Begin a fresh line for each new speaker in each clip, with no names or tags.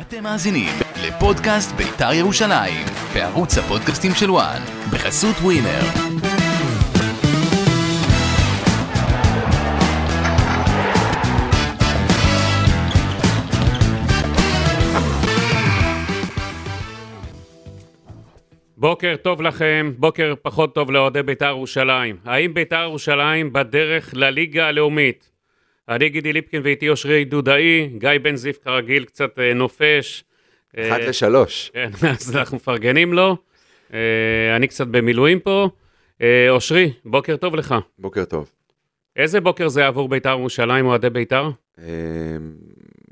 אתם מאזינים לפודקאסט בית"ר ירושלים, בערוץ הפודקאסטים של וואן, בחסות ווינר.
בוקר טוב לכם, בוקר פחות טוב לאוהדי בית"ר ירושלים. האם בית"ר ירושלים בדרך לליגה הלאומית? אני גידי ליפקין ואיתי אושרי דודאי, גיא בן זיף כרגיל קצת אה, נופש. אה,
אחת לשלוש.
כן, אז אנחנו מפרגנים לו. אה, אני קצת במילואים פה. אה, אושרי, בוקר טוב לך.
בוקר טוב.
איזה בוקר זה עבור בית"ר ירושלים, אוהדי בית"ר?
אה,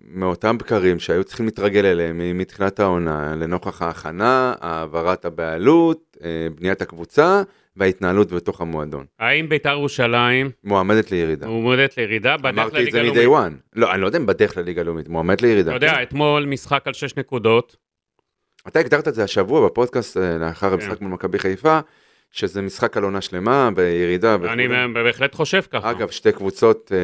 מאותם בקרים שהיו צריכים להתרגל אליהם מ- מתחילת העונה, לנוכח ההכנה, העברת הבעלות, אה, בניית הקבוצה וההתנהלות בתוך המועדון.
האם בית"ר ירושלים
מועמדת לירידה.
מועמדת לירידה? בדרך
לא. אמרתי את זה
לליגה
מ-day
הלאומית?
one. לא, אני לא יודע אם בדרך לליגה הלאומית, מועמדת לירידה.
אתה יודע, אתמול משחק על שש נקודות.
אתה הגדרת את זה השבוע בפודקאסט אה, לאחר
כן.
המשחק מול מכבי חיפה, שזה משחק על עונה שלמה בירידה. וכו'.
אני בהחלט חושב ככה.
אגב, שתי קבוצות... אה,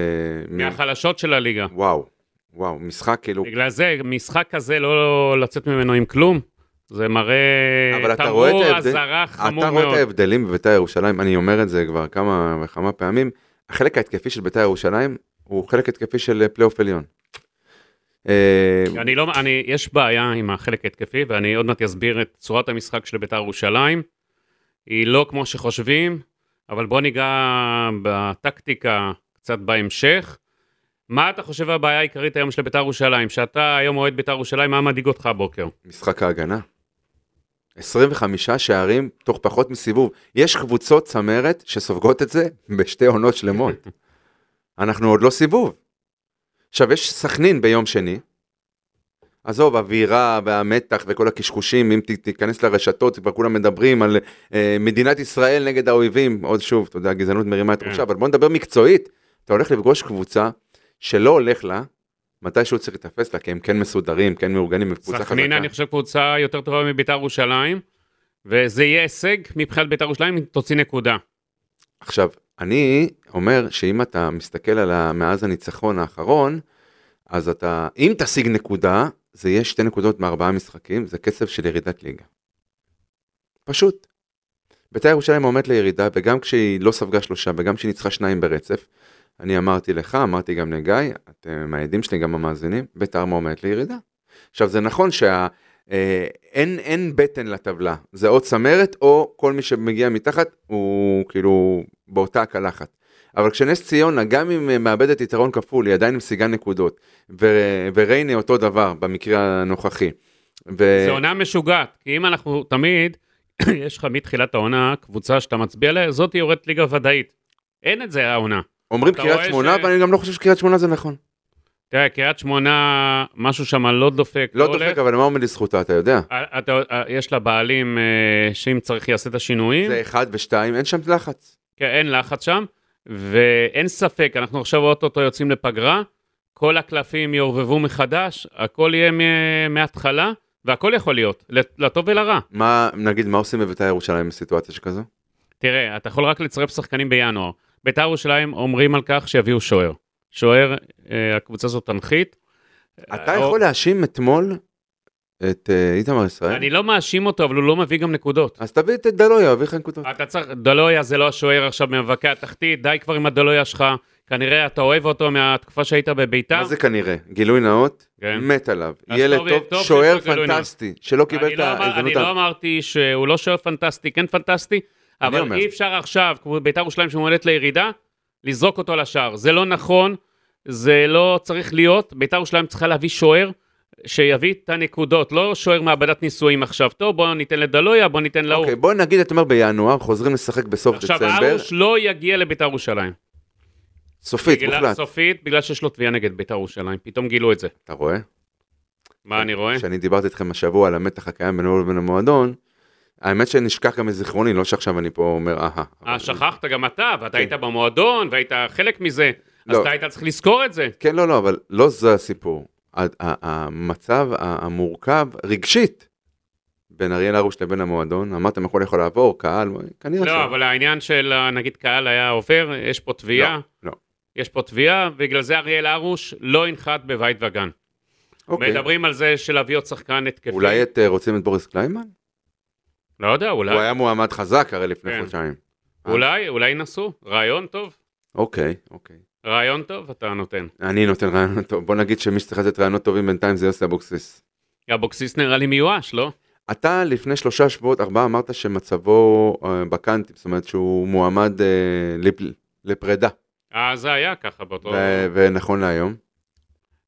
מ-
מהחלשות של הליגה.
וואו, וואו, משחק כאילו
בגלל זה, משחק כזה, לא לצאת ממנו עם כלום, זה מראה
אבל אתה רואה את
תמרור
ההבדל-
אזהרה חמור
אתה רואה את
מאוד.
ההבדלים בביתר ירושלים, אני אומר את זה כבר כמה וכמה פעמים, החלק ההתקפי של ביתר ירושלים הוא חלק התקפי של אה, פלייאוף עליון. אה,
אני לא, אני, יש בעיה עם החלק ההתקפי, ואני עוד מעט אסביר את צורת המשחק של בית"ר ירושלים. היא לא כמו שחושבים, אבל בוא ניגע בטקטיקה קצת בהמשך. מה אתה חושב הבעיה העיקרית היום של בית"ר ירושלים? שאתה היום אוהד בית"ר ירושלים, מה מדאיג אותך הבוקר?
משחק ההגנה. 25 שערים תוך פחות מסיבוב. יש קבוצות צמרת שסופגות את זה בשתי עונות שלמות. אנחנו עוד לא סיבוב. עכשיו, יש סכנין ביום שני. עזוב, אווירה והמתח וכל הקשקושים, אם ת- תיכנס לרשתות, כבר כולם מדברים על אה, מדינת ישראל נגד האויבים. עוד שוב, אתה יודע, הגזענות מרימה את
כן.
ראשה, אבל בוא נדבר מקצועית. אתה הולך לפגוש קבוצה שלא הולך לה, מתישהו צריך להתאפס לה, כי הם כן מסודרים, כן מאורגנים, הם קבוצה
סכנין, אני חושב, קבוצה יותר טובה מבית"ר ירושלים, וזה יהיה הישג מבחינת בית"ר ירושלים אם תוציא נקודה.
אה, עכשיו, אני אומר שאם אתה מסתכל על ה... מאז הניצחון האחרון, אז אתה, אם תשיג נקודה, זה יהיה שתי נקודות מארבעה משחקים, זה כסף של ירידת ליגה. פשוט. בית"ר ירושלים עומדת לירידה, וגם כשהיא לא ספגה שלושה, וגם כשהיא ניצחה שניים ברצף, אני אמרתי לך, אמרתי גם לגיא, אתם העדים שלי, גם המאזינים, בית"ר מועמדת לירידה. עכשיו, זה נכון שה... אה, אין, אין בטן לטבלה, זה או צמרת או כל מי שמגיע מתחת הוא כאילו באותה הקלחת. אבל כשנס ציונה, גם אם אה, מאבדת יתרון כפול, היא עדיין משיגה נקודות, ו- וריינה אותו דבר במקרה הנוכחי. ו-
זו עונה משוגעת, כי אם אנחנו תמיד, יש לך מתחילת העונה קבוצה שאתה מצביע עליה, זאת יורדת ליגה ודאית. אין את זה העונה.
אומרים
אתה
קריית
רואה
שמונה,
ש-
ואני גם לא חושב שקריית שמונה זה נכון.
תראה, קריית שמונה, משהו שם לא דופק,
לא דופק, אבל מה עומד לזכותה, אתה יודע.
אה, אתה- אה, יש לה בעלים אה, שאם צריך יעשה את השינויים,
זה אחד ושתיים, אין שם לחץ.
כן, אין לחץ שם, ואין ספק, אנחנו עכשיו אוטוטו יוצאים לפגרה, כל הקלפים יעורבבו מחדש, הכל יהיה מ- מההתחלה, והכל יכול להיות, לטוב ולרע.
מה, נגיד, מה עושים בבית"ר ירושלים בסיטואציה שכזו?
אה, תראה, אתה יכול רק לצרף שחקנים בינואר. בית"ר ירושלים אומרים על כך שיביאו שוער. שוער, אה, הקבוצה הזאת תנחית.
אתה
אה,
יכול להאשים אתמול את אה, איתמר ישראל?
אני לא מאשים אותו, אבל הוא לא מביא גם נקודות.
אז תביא את דלויה, יביא לך נקודות.
אתה צריך, דלויה זה לא השוער עכשיו ממאבקי התחתית, די כבר עם הדלויה שלך. כנראה אתה אוהב אותו מהתקופה שהיית בביתר.
מה זה כנראה? גילוי נאות,
כן.
מת עליו.
אז
ילד
טוב, טוב
טוב, שוער
שיש לך גילוי נאות.
פנטסטי, שלא קיבל
אני
את
לא אמר- אני
ההזדמנות.
לא
ה-
אמרתי שהוא לא שוער פנטסטי, כן פנטסטי, אבל
אומר.
אי אפשר עכשיו, כמו בית"ר ירושלים שמועדת לירידה, לזרוק אותו לשער. זה לא נכון, זה לא צריך להיות. בית"ר ירושלים צריכה להביא שוער שיביא את הנקודות, לא שוער מעבדת ניסויים עכשיו. טוב, בוא ניתן לדלויה, בוא ניתן להוא.
אוקיי, בוא נגיד, אתה אומר בינואר, חוזרים לשחק בסוף
לא. עכשיו,
דצמבר,
ארוש לא יגיע לבית"ר ירושלים.
סופית,
בגלל-
מוחלט.
סופית, בגלל שיש לו תביעה נגד בית"ר ירושלים. פתאום גילו את זה.
אתה רואה? כן,
מה אה, אני רואה?
כשאני דיברתי איתכם השבוע על המתח הקיים בינו לבין המועדון, האמת שנשכח גם מזיכרוני, לא שעכשיו אני פה אומר אהה. אבל-
אה, שכחת גם אתה, ואתה
כן.
היית במועדון, והיית חלק מזה, אז
לא.
אתה היית צריך לזכור את זה.
כן, לא, לא, אבל לא זה הסיפור. ה- ה- המצב ה- המורכב, רגשית, בין אריאל הרוש לבין המועדון, אמרתם הכל יכול לעבור, קהל, כנראה
לא, אבל העניין של אה, נגיד קהל היה עובר, יש פה תביעה,
לא, לא.
יש פה תביעה, בגלל זה אריאל הרוש לא ינחת בבית וגן.
אוקיי.
מדברים על זה שלהביא עוד שחקן התקפי.
אולי את, אה, רוצים את בוריס קליימן?
לא יודע,
הוא
אולי.
היה מועמד חזק הרי לפני
כן.
חודשיים.
אולי, אולי ינסו. רעיון טוב.
אוקיי, אוקיי.
רעיון טוב אתה נותן.
אני נותן רעיונות טוב. בוא נגיד שמי שצריך לתת רעיונות טובים בינתיים זה יוסי אבוקסיס.
אבוקסיס נראה לי מיואש, לא?
אתה לפני שלושה שבועות, ארבעה, אמרת שמצבו אה, בקאנטים, זאת אומרת שהוא מועמד אה, לפ- לפרידה,
אה, זה היה ככה באותו...
ו- ונכון להיום.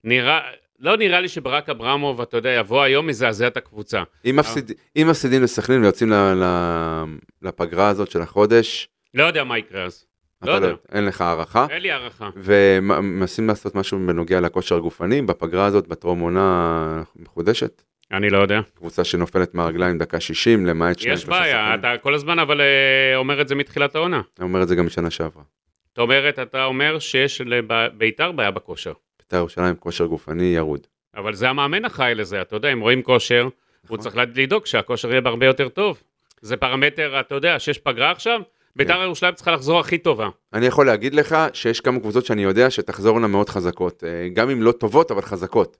נראה... לא נראה לי שברק אברמוב, אתה יודע, יבוא היום, יזעזע את הקבוצה.
אם מפסיד- אם מפסידים לסכנין ויוצאים ל- ל- לפגרה הזאת של החודש,
לא יודע מה יקרה אז.
אתה
לא
לא-
יודע. כן.
אין לך הערכה.
אין לי הערכה.
ומנסים לעשות משהו בנוגע לכושר הגופני בפגרה הזאת, בטרום עונה מחודשת.
אני לא יודע.
קבוצה שנופלת מהרגליים דקה 60, למעט שניים.
יש
שלושה
בעיה,
שחקנים.
אתה כל הזמן אבל אה, אומר את זה מתחילת העונה.
אני אומר את זה גם משנה שעברה.
זאת אומרת, אתה אומר שיש לביתר בעיה בכושר.
בית"ר ירושלים, כושר גופני ירוד.
אבל זה המאמן אחראי לזה, אתה יודע, אם רואים כושר, הוא
נכון.
צריך לדאוג שהכושר יהיה בהרבה יותר טוב. זה פרמטר, אתה יודע, שיש פגרה עכשיו,
כן.
ביתר ירושלים צריכה לחזור הכי טובה.
אני יכול להגיד לך שיש כמה קבוצות שאני יודע שתחזורנה מאוד חזקות. אה, גם אם לא טובות, אבל חזקות.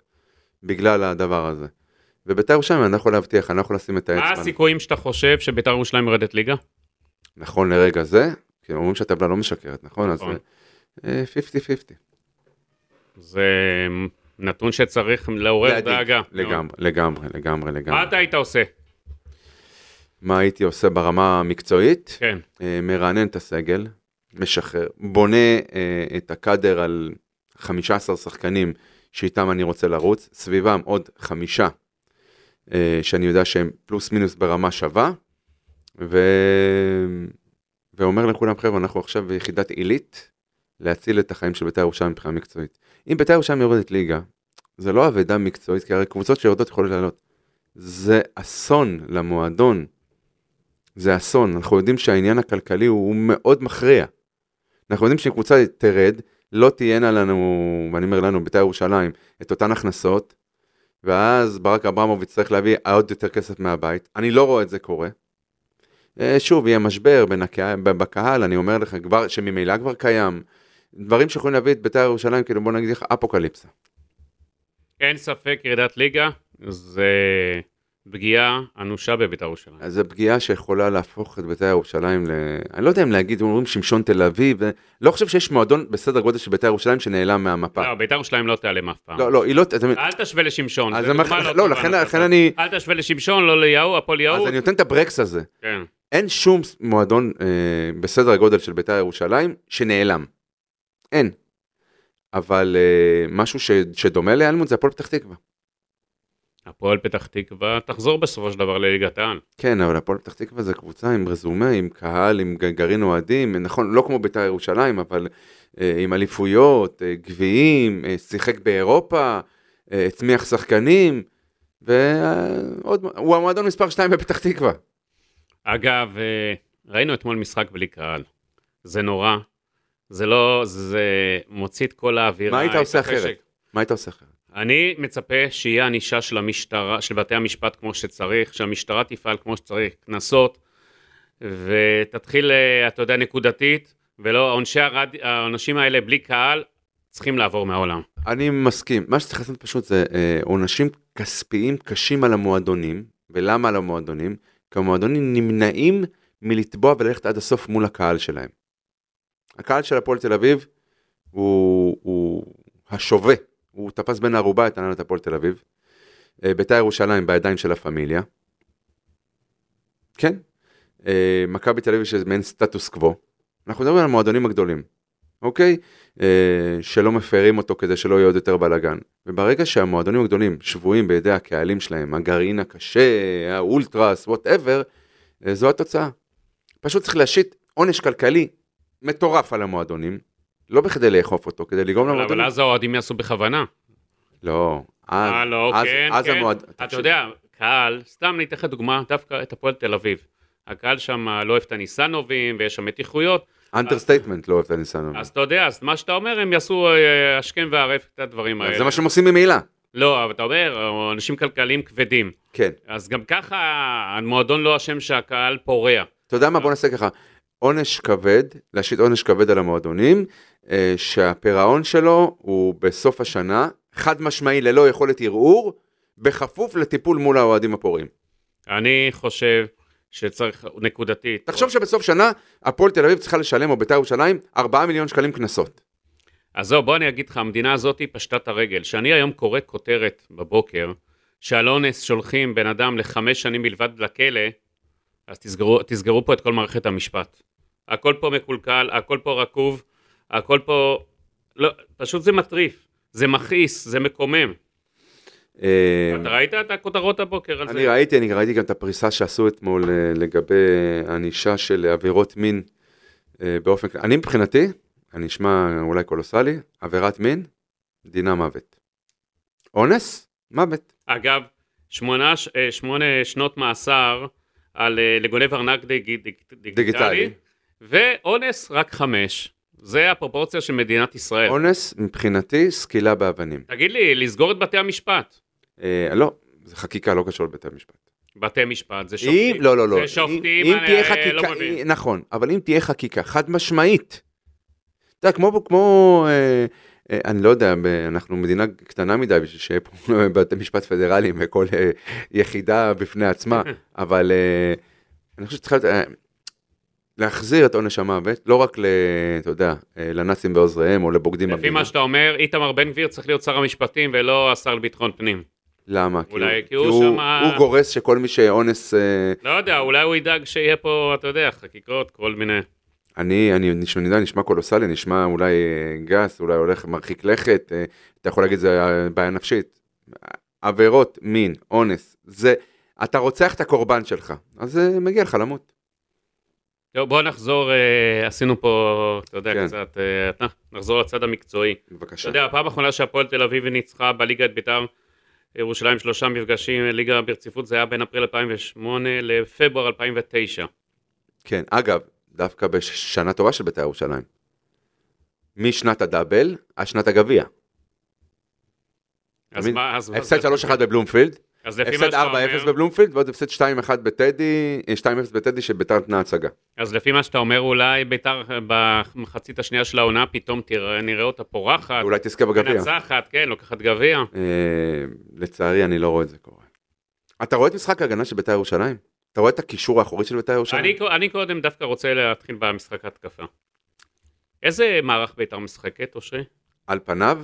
בגלל הדבר הזה. ובית"ר ירושלים, אני לא יכול להבטיח, אני לא יכול לשים את האצבע.
מה הסיכויים שאתה חושב שביתר ירושלים יורדת ליגה?
נכון לרגע זה, כי אומרים שהטבלה לא משקרת, נכון? אז
נכון.
אה, 50-50.
זה נתון שצריך לעורר
להדאיג.
דאגה. מאוד.
לגמרי, לגמרי, לגמרי,
מה
לגמרי.
אתה היית עושה?
מה הייתי עושה ברמה המקצועית?
כן.
אה, מרענן את הסגל, משחרר, בונה אה, את הקאדר על 15 שחקנים שאיתם אני רוצה לרוץ, סביבם עוד חמישה אה, שאני יודע שהם פלוס מינוס ברמה שווה, ו... ואומר לכולם חבר'ה אנחנו עכשיו ביחידת עילית להציל את החיים של בית"ר ירושלים מבחינה מקצועית. אם בית"ר ירושלים יורדת ליגה, זה לא אבדה מקצועית, כי הרי קבוצות שיורדות יכולות לעלות. זה אסון למועדון. זה אסון, אנחנו יודעים שהעניין הכלכלי הוא הוא מאוד מכריע. אנחנו יודעים שקבוצה תרד, לא תהיינה לנו, ואני אומר לנו, בית"ר ירושלים, את אותן הכנסות, ואז ברק אברמוב יצטרך להביא עוד יותר כסף מהבית, אני לא רואה את זה קורה. אה, שוב, יהיה משבר בין הקה... ב- בקהל, אני אומר לך כבר, שממילא כבר קיים. דברים שיכולים להביא את בית"ר ירושלים, כאילו בוא נגיד לך אפוקליפסה.
אין ספק, ירידת ליגה זה פגיעה אנושה בביתר ירושלים.
אז זו פגיעה שיכולה להפוך את בית"ר ירושלים ל... אני לא יודע אם להגיד, אומרים שמשון תל אביב, ו- לא חושב שיש מועדון בסדר גודל של בית"ר ירושלים שנעלם מהמפה.
לא, ביתר ירושלים לא תיעלם אף פעם.
אה. לא, לא, היא לא... אתה מבין?
אל תשווה לשמשון.
אז
זו
אמר-
דוגמה
לא,
טובה,
לכן-
נתת.
לכן אני-
אל תשווה לשמשון, לא ליהו, הפועל
אז
יהוד.
אני נותן את הברקס הזה.
כן.
אין שום מועדון אה, בסדר הגודל של בית"ר ירושלים שנעלם. אין. אבל אה, משהו ש... שדומה להיעלמות זה הפועל פתח תקווה.
הפועל פתח תקווה תחזור בסופו של דבר לליגת העל.
כן, אבל הפועל פתח תקווה זה קבוצה עם רזומה, עם קהל, עם ג- גרעין אוהדים, נכון, לא כמו בית"ר ירושלים, אבל אה, עם אליפויות, אה, גביעים, אה, שיחק באירופה, אה, הצמיח שחקנים, ועוד, הוא המועדון מספר 2 בפתח תקווה.
אגב, אה, ראינו אתמול משחק בלי קהל. זה נורא. זה לא, זה מוציא את כל האווירה.
מה היית
את
עושה
החשק.
אחרת? מה היית עושה אחרת?
אני מצפה שיהיה ענישה של המשטרה, של בתי המשפט כמו שצריך, שהמשטרה תפעל כמו שצריך, קנסות, ותתחיל, אה, אתה יודע, נקודתית, ולא, עונשי הרד... העונשים האלה בלי קהל צריכים לעבור מהעולם.
אני מסכים. מה שצריך לעשות פשוט זה אה, עונשים כספיים קשים על המועדונים. ולמה על המועדונים? כי המועדונים נמנעים מלתבוע וללכת עד הסוף מול הקהל שלהם. הקהל של הפועל תל אביב הוא, הוא השווה, הוא תפס בין הערובה את הנהלת הפועל תל אביב. אה, בית"ר ירושלים בידיים של הפמיליה. כן. אה, מכבי תל אביב שזה מעין סטטוס קוו. אנחנו מדברים על המועדונים הגדולים, אוקיי? אה, שלא מפרים אותו כדי שלא יהיה עוד יותר בלאגן. וברגע שהמועדונים הגדולים שבויים בידי הקהלים שלהם, הגרעין הקשה, האולטרס, וואטאבר, אה, זו התוצאה. פשוט צריך להשית עונש כלכלי מטורף על המועדונים, לא בכדי לאכוף אותו, כדי לגרום
אבל-
למועדונים...
אבל אז האוהדים יעשו בכוונה.
לא, אז,
אה, לא,
אז,
כן,
אז
כן.
המועד...
אתה
תקשיב,
יודע, קהל, סתם אני אתן לך דוגמה, דווקא את הפועל תל אביב. הקהל שם לא אוהב את הניסנובים, ויש שם מתיחויות,
אנדרסטייטמנט לא אוהב את הניסיון.
אז אתה יודע, אז מה שאתה אומר, הם יעשו אה, השכם והערב את הדברים האלה.
זה מה שהם עושים ממילא.
לא, אבל אתה אומר, אנשים כלכליים כבדים.
כן.
אז גם ככה המועדון לא אשם שהקהל פורע.
אתה יודע מה?
אה.
בוא נעשה ככה. עונש כבד, להשית עונש כבד על המועדונים, אה, שהפירעון שלו הוא בסוף השנה, חד משמעי ללא יכולת ערעור, בכפוף לטיפול מול האוהדים הפורעים.
אני חושב שצריך נקודתית.
תחשוב שבסוף שנה הפועל תל אביב צריכה לשלם, או בית"ר ירושלים, 4 מיליון שקלים קנסות.
אז זהו, בוא אני אגיד לך, המדינה הזאת היא פשטה את הרגל. שאני היום קורא כותרת בבוקר, שעל אונס שולחים בן אדם לחמש שנים בלבד לכלא, אז תסגרו, תסגרו פה את כל מערכת המשפט. הכל פה מקולקל, הכל פה רקוב, הכל פה... לא, פשוט זה מטריף, זה מכעיס, זה מקומם.
אה,
אתה ראית את הכותרות הבוקר על
אני
זה?
ראיתי, אני ראיתי גם את הפריסה שעשו אתמול אה, לגבי ענישה של עבירות מין אה, באופן... כ- אני מבחינתי, אני אשמע אולי קולוסלי, עבירת מין, דינה מוות. אונס, מוות.
אגב, שמונה, ש- אה, שמונה שנות מאסר על אה, לגונב ארנק דיג, דיג,
דיגיטלי.
דיגיטלי, ואונס רק חמש. זה הפרופורציה של מדינת ישראל.
אונס, מבחינתי, סקילה באבנים.
תגיד לי, לסגור את בתי המשפט.
אה, לא, זה חקיקה, לא קשור לבית המשפט.
בתי משפט, זה
אם,
שופטים.
לא, לא, לא.
זה שופטים,
אם, אם
אני-
תהיה
אה,
חקיקה,
לא מבין.
נכון, אבל אם תהיה חקיקה חד משמעית, אתה יודע, כמו, כמו אה, אה, אני לא יודע, ב- אנחנו מדינה קטנה מדי בשביל שיהיה פה בתי משפט פדרליים וכל אה, יחידה בפני עצמה, אבל אה, אני חושב שצריך אה, להחזיר את עונש המוות, לא רק, ל, אתה יודע, אה, לנאצים בעוזריהם או לבוגדים
לפי מה שאתה אומר, איתמר בן גביר צריך להיות שר המשפטים ולא השר לביטחון פנים.
למה? כי
אולי
הוא-
כי הוא שמה-
הוא גורס שכל מי שאונס... אה,
לא יודע, אולי הוא ידאג שיהיה פה, אתה יודע, חקיקות, כל מיני.
אני, אני נשמע, נשמע קולוסלי, נשמע אולי אה, גס, אולי הולך מרחיק לכת, אה, אתה יכול להגיד זה אה, בעיה נפשית. עבירות, מין, אונס, זה, אתה רוצח את הקורבן שלך, אז אה, מגיע לך למות.
טוב, בוא נחזור, אה, עשינו פה, אתה יודע,
כן.
קצת, אה, אתה- נחזור לצד המקצועי. אתה
בבקשה.
יודע, הפעם האחרונה שהפועל תל אביב ניצחה בליגה את בית"ר ירושלים שלושה מפגשים, ליגה ברציפות, זה היה בין אפריל 2008 לפברואר 2009.
כן, אגב, דווקא בשנה טובה של בית"ר ירושלים. משנת הדאבל, עד שנת הגביע.
אז
תמיד.
מה, אז מה-
הפסד 3-1 בבלומפילד,
אז לפי מה
הפסד
שאתה
4-0
אומר,
בבלומפילד, ועוד הפסד 2-1 בטדי, אה, 2-0 בטדי שבית"ר נתנה הצגה.
אז לפי מה שאתה אומר, אולי בית"ר במחצית השנייה של העונה, פתאום תראה- נראה אותה פורחת,
אולי תזכה בגביע.
מנצחת, כן, לוקחת גביע.
אה, לצערי אני לא רואה את זה קורה. אתה רואה את משחק ההגנה של בית"ר ירושלים? אתה רואה את הקישור האחורי של בית"ר ירושלים?
אני, אני קודם דווקא רוצה להתחיל במשחק ההתקפה. איזה מערך בית"ר משחקת, אושרי?
על פניו,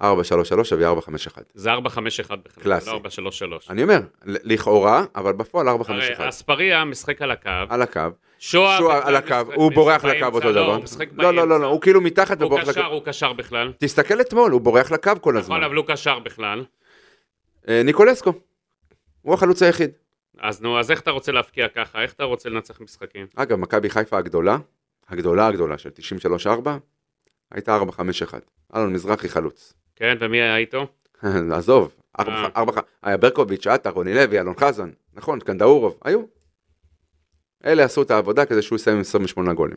4-3-3 ו 4-5-1.
זה 4-5-1 בכלל,
קלאסי.
לא 4-3-3.
אני אומר, ל- לכאורה, אבל בפועל 4-5-1.
הרי אספריה משחק על הקו,
על הקו,
שועה
שהוא
בכלל
על הקו,
משחק-
הוא בורח
משחק
לקו
באמצע,
אותו דבר.
הוא משחק
לא, לא, לא,
באמצע.
לא, הוא כאילו מתחת
הוא
ובורח
קשר,
לקו. לא
הוא קשר בכלל.
תסתכל אתמול, הוא בורח לקו כל הזמן.
נכון, אבל הוא קשר בכלל.
אה, ניקולסקו, הוא החלוץ היחיד.
אז נו, אז איך אתה רוצה להפקיע ככה? איך אתה רוצה לנצח משחקים?
אגב, מכבי חיפה הגדולה, הגדולה הגדולה של 93-4, הייתה 4-5-1. אלון מזרחי חלוץ.
כן, ומי היה איתו?
עזוב,
אה.
ארבע, ארבע, היה ברקוביץ', עטר, רוני לוי, אלון חזן, נכון, קנדאורוב, היו. אלה עשו את העבודה כדי שהוא יסיים עם 28 גולים.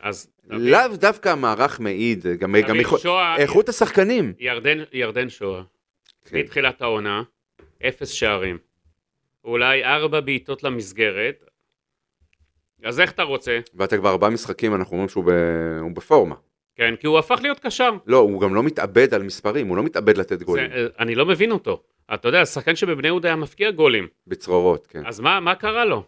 אז... תביא-
לאו דווקא המערך מעיד, גם, גם
תביא
איכות,
שועה,
איכות השחקנים.
ירדן- ירדן שואה.
כן.
מתחילת העונה, אפס שערים. אולי ארבע בעיטות למסגרת. אז איך אתה רוצה?
ואתה כבר ארבעה משחקים, אנחנו אומרים שהוא ב, הוא בפורמה.
כן, כי הוא הפך להיות קשר.
לא, הוא גם לא מתאבד על מספרים, הוא לא מתאבד לתת
זה,
גולים.
אה, אני לא מבין אותו. אתה יודע, השחקן שבבני יהודה היה מפקיע גולים.
בצרורות, כן.
אז מה, מה קרה לו?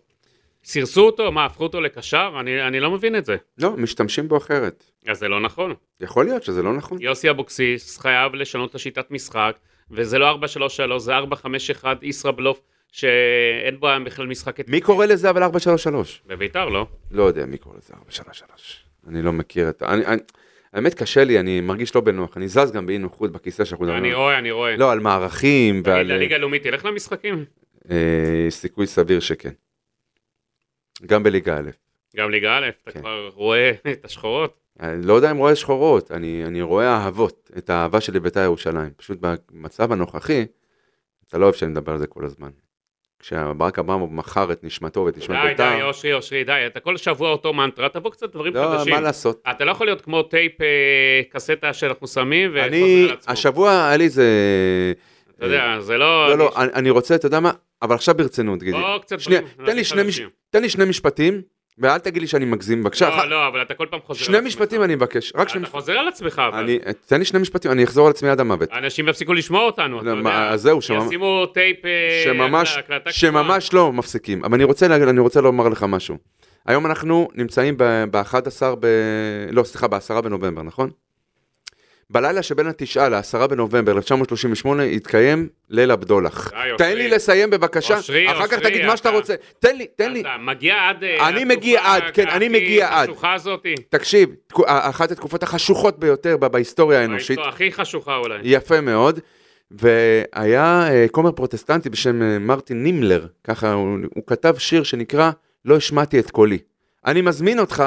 סירסו אותו? מה, הפכו אותו לקשר? אני, אני לא מבין את זה.
לא, משתמשים בו אחרת.
אז זה לא נכון.
יכול להיות שזה לא נכון.
יוסי אבוקסיס חייב לשנות את השיטת משחק, וזה לא 4-3-3, זה 4-5-1 ישראבלוף, שאין בו בכלל משחק...
מי קורא לזה אבל 433?
בביתר לא.
לא יודע מי קורא לזה 433. אני לא מכיר את ה... אני, אני, האמת קשה לי, אני מרגיש לא בנוח. אני זז גם באי נוחות בכיסא שאנחנו מדברים.
אני רואה, אני רואה.
לא, על מערכים
תגיד,
ועל
לליגה הלאומית תלך למשחקים?
אה, סיכוי סביר שכן. גם בליגה א'.
גם ליגה א', אתה
כן.
כבר רואה את השחורות.
אני לא יודע אם רואה שחורות, אני, אני רואה אהבות, את האהבה שלי לבית"ר ירושלים. פשוט במצב הנוכחי, אתה לא אוהב שאני מדבר על זה כל הזמן. כשברק אברמוב מכר את נשמתו ואת נשמת
די, די,
בית"ר,
אושרי, אושרי, די, אתה כל שבוע אותו מנטרה, תבוא קצת דברים
לא,
חדשים.
מה לעשות.
אתה לא יכול להיות כמו טייפ אה, קסטה שאנחנו שמים
אני,
וחוזר על עצמו.
השבוע היה לי איזה...
אתה יודע, זה לא... אוקיי.
לא, לא, אני אני רוצה, אתה יודע מה? אבל עכשיו ברצינות, גידי.
בוא קצת...
שנייה,
דברים-
תן לי שני מש- תן לי שני משפטים ואל תגיד לי שאני מגזים בבקשה.
לא, לא, אבל אתה כל פעם חוזר
שני
על עצמך.
משפטים אני מבקש, רק
אתה
שני משפטים.
חוזר על עצמך, אבל.
אני- תן לי שני משפטים, אני אחזור על עצמי עד המוות.
אנשים יפסיקו לשמוע אותנו, אתה
לא, מה,
יודע.
אז זהו, שממ-
ישימו טייפ... אה,
שממש,
הקלטה קטנה.
שממש לא מפסיקים. אבל אני רוצה, להגיד- אני רוצה לומר לך משהו. היום אנחנו נמצאים ב-11 ב... לא, סליחה, ב-10 בנובמבר, נכון? בלילה שבין התשעה ל-10 בנובמבר 1938 התקיים ליל הבדולח.
די, אושרי.
תן לי לסיים בבקשה,
אושרי,
אחר כך
אושרי,
תגיד מה שאתה
אתה-
רוצה. תן לי, תן לי.
אתה מגיע עד... אה,
אני
לתקופה
מגיע עד, כן, אני מגיע עד.
הכי חשוכה הזאתי.
תקשיב, תקו- אחת התקופות החשוכות ביותר ב- בהיסטוריה האנושית.
ההיסטוריה הכי חשוכה אולי.
יפה מאוד. והיה אה, כומר פרוטסטנטי בשם אה, מרטין נימלר, ככה הוא, הוא כתב שיר שנקרא "לא השמעתי את קולי". אני מזמין אותך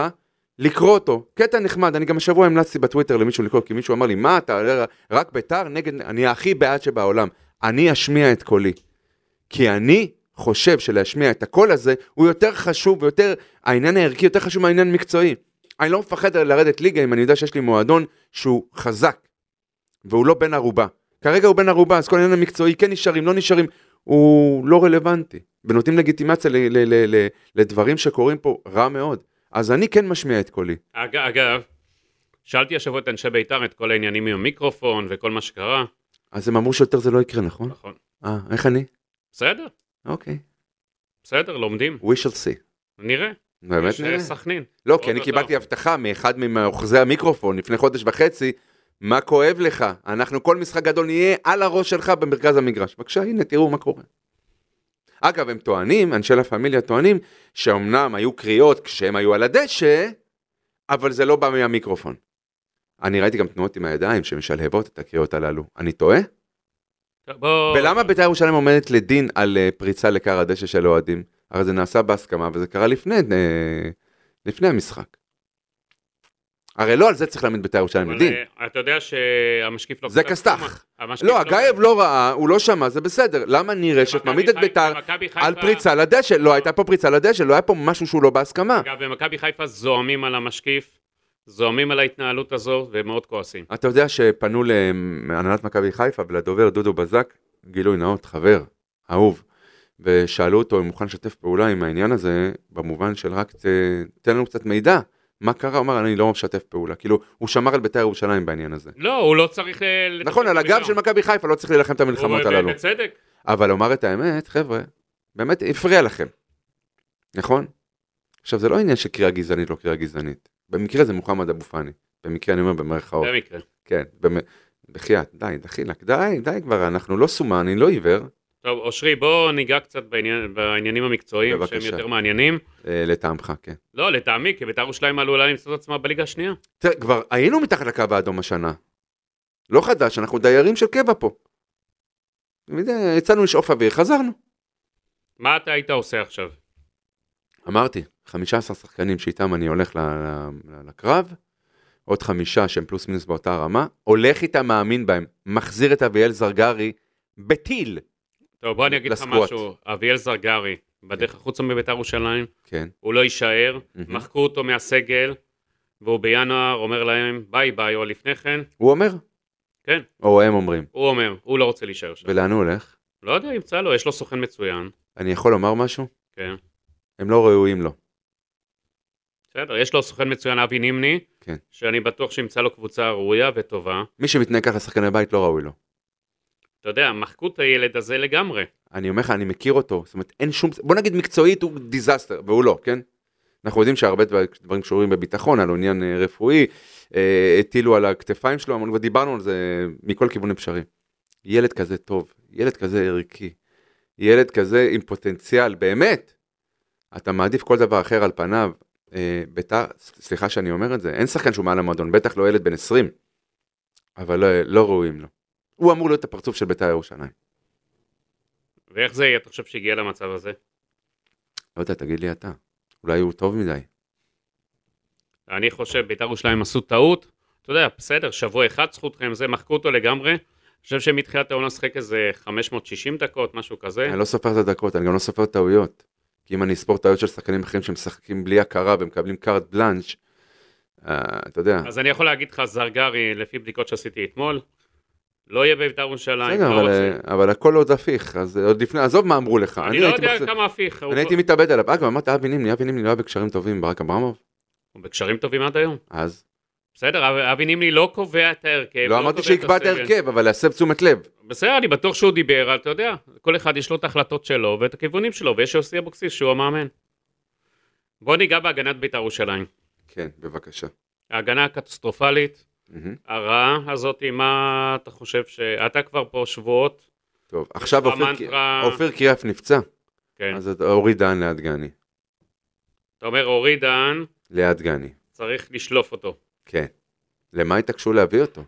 לקרוא אותו, קטע נחמד, אני גם השבוע המלצתי בטוויטר למישהו לקרוא, כי מישהו אמר לי, מה אתה, רק בית"ר נגד, אני הכי בעד שבעולם, אני אשמיע את קולי. כי אני חושב שלהשמיע את הקול הזה הוא יותר חשוב ויותר, העניין הערכי יותר חשוב מהעניין המקצועי. אני לא מפחד לרדת ליגה אם אני יודע שיש לי מועדון שהוא חזק, והוא לא בן ערובה. כרגע הוא בן ערובה, אז כל העניין המקצועי כן נשארים, לא נשארים, הוא לא רלוונטי. ונותנים לגיטימציה ל- ל- ל- ל- לדברים שקורים פה רע מאוד. אז אני כן משמיע את קולי.
אג- אגב, שאלתי השבוע את אנשי בית"ר את כל העניינים עם המיקרופון וכל מה שקרה.
אז הם אמרו שיותר זה לא יקרה, נכון?
נכון.
אה, איך אני?
בסדר,
אוקיי.
בסדר, לומדים.
We shall see.
נראה.
באמת
יש, אה,
נראה.
סכנין.
לא, כי אני
אוטוטו.
קיבלתי הבטחה מאחד מאוחזי המיקרופון לפני חודש וחצי, מה כואב לך? אנחנו כל משחק גדול נהיה על הראש שלך במרכז המגרש. בבקשה, הנה, תראו מה קורה. אגב, הם טוענים, אנשי לה פמיליה טוענים, שאומנם היו קריאות כשהם היו על הדשא, אבל זה לא בא מהמיקרופון. אני ראיתי גם תנועות עם הידיים שמשלהבות את הקריאות הללו. אני טועה?
בוא...
ולמה בית"ר ירושלים עומדת לדין על אה, פריצה לכר הדשא של אוהדים? הרי זה נעשה בהסכמה וזה קרה לפני, אה, לפני המשחק. הרי לא על זה צריך להעמיד בית"ר ירושלים
אבל,
לדין.
אה, אתה יודע שהמשקיף לא...
זה
כתב
כסת"ח.
כלום. המשקיף
לא, אגייב לא ראה, הוא לא שמע, זה בסדר. למה נראה שמעמיד את
במכבי
בית"ר
חיפה- במכבי
על
חיפה-
פריצה לדשא? לא הייתה פה פריצה לדשא, לא היה פה משהו שהוא לא בהסכמה.
אגב, במכבי חיפה זועמים על המשקיף, זועמים על ההתנהלות הזו ומאוד כועסים.
אתה יודע שפנו להנהלת מכבי חיפה ולדובר דודו בזק, גילוי נאות, חבר, אהוב, ושאלו אותו אם הוא מוכן לשתף פעולה עם העניין הזה, במובן של רק ת, תן לנו קצת מידע, מה קרה, הוא אמר אני לא משתף פעולה, כאילו, הוא שמר על בית"ר ירושלים בעניין הזה.
לא, הוא לא צריך... אה, לטפל
נכון, על הגב
בבית"ר.
של מכבי חיפה לא צריך להילחם את המלחמות
הוא-
הללו.
בצדק.
אבל לומר את האמת, חבר'ה, באמת הפריע לכם, נכון? עכשיו, זה לא עניין של קריאה גזענית, לא קריאה גזענית. במקרה זה מוחמד אבו פאני. במקרה, אני אומר במרכאות.
במקרה.
כן, באמת, בחייאת, די, דחילק, די, די כבר, אנחנו לא סומן, אני לא עיוור,
טוב, אושרי, בוא ניגע קצת בעניין, בעניינים המקצועיים, שהם
בבקשה.
יותר מעניינים.
אה, לטעמך, כן.
לא, לטעמי, כי בית"ר ירושלים עלולה למצוא את עצמה בליגה השנייה.
תראה, כבר היינו מתחת לקו האדום השנה. לא חדש, אנחנו דיירים של קבע פה. מדי, יצאנו לשאוף אוויר, חזרנו.
מה אתה היית עושה עכשיו?
אמרתי, 15 שחקנים שאיתם אני הולך ל- ל- ל- לקרב, עוד חמישה שהם פלוס מינוס באותה רמה, הולך איתם, מאמין בהם, מחזיר את אביאל זרגרי בטיל.
טוב, בוא אני אגיד לך
לסקוואט.
משהו. אביאל זרגרי, בדרך החוצה מבית"ר ירושלים,
כן,
הוא לא יישאר,
Mhm.
מחקו אותו מהסגל, והוא בינואר אומר להם ביי ביי, או לפני כן,
הוא אומר,
כן,
או הם אומרים.
הוא אומר, הוא לא רוצה להישאר שם.
ולאן הוא הולך?
לא יודע, ימצא לו, יש לו סוכן מצוין,
אני יכול לומר משהו?
כן.
הם לא ראויים לו.
בסדר, יש לו סוכן מצוין, אבי נימני,
כן.
שאני בטוח שימצא לו קבוצה ראויה וטובה.
מי שמתנהג ככה שחקני בית לא ראוי לו.
אתה יודע, מחקו את הילד הזה לגמרי.
אני אומר לך, אני מכיר אותו, זאת אומרת, אין שום, בוא נגיד מקצועית הוא דיזסטר, והוא לא, כן? אנחנו יודעים שהרבה דבר- דברים קשורים בביטחון, על עניין אה, רפואי, אה, הטילו על הכתפיים שלו, המון- ודיברנו על זה מכל כיוון אפשרי. ילד כזה טוב, ילד כזה ערכי, ילד כזה עם פוטנציאל, באמת, אתה מעדיף כל דבר אחר על פניו. אה, ביתר, ס- סליחה שאני אומר את זה, אין שחקן שהוא מעל המועדון, בטח לא ילד בן 20, אבל לא, לא ראויים לו. הוא אמור להיות הפרצוף של ביתר ירושלים.
ואיך זה יהיה, אתה חושב שהגיע למצב הזה?
לא יודע, תגיד לי אתה. אולי הוא טוב מדי.
אני חושב, בית"ר ירושלים עשו טעות. אתה יודע, בסדר, שבוע אחד זכותכם, זה, מחקו אותו לגמרי. אני חושב שמתחילת העונה שחק איזה 560 דקות, משהו כזה.
אני לא סופר את הדקות, אני גם לא סופר טעויות. כי אם אני אספור טעויות של שחקנים אחרים שמשחקים בלי הכרה ומקבלים קארד בלאנץ', אה, אתה יודע,
אז אני יכול להגיד לך, זרגרי, לפי בדיקות שעשיתי אתמול, לא יהיה בביתר ירושלים,
בסדר,
לא
אבל,
רוצה.
אה, אבל הכל עוד הפיך, אז עוד לפני, עזוב מה אמרו לך.
אני לא
הייתי
יודע
מחזיר-
כמה הפיך, הוא
אני הייתי
כבר-
מתאבד עליו. אגב, אמרת אבי נימני, אבי נימני לא היה בקשרים טובים עם ברק אברמוב,
הוא בקשרים טובים עד היום.
אז.
בסדר, אב- אבי נימני לא קובע את ההרכב.
לא אמרתי
קובע
שיקבע את
הסגל.
ההרכב, אבל להסב תשומת לב.
בסדר, אני בטוח שהוא דיבר, אתה יודע, כל אחד יש לו את ההחלטות שלו ואת הכיוונים שלו, ויש יוסי אבוקסיס שהוא המאמן. בוא ניגע בהגנת בית"ר ירושלים.
כן, בבקשה.
ההגנה הקטסטרופלית,
מהמם.
הרעה הזאת, מה אתה חושב ש... אתה כבר פה שבועות,
טוב, עכשיו
לך
אופיר
מנטרה-
קי- אופיר קריאף נפצע,
כן.
אז את- אורי דן ליד גני.
אתה אומר, אורי דהן
ליד גני,
צריך לשלוף אותו.
כן. למה התעקשו להביא אותו?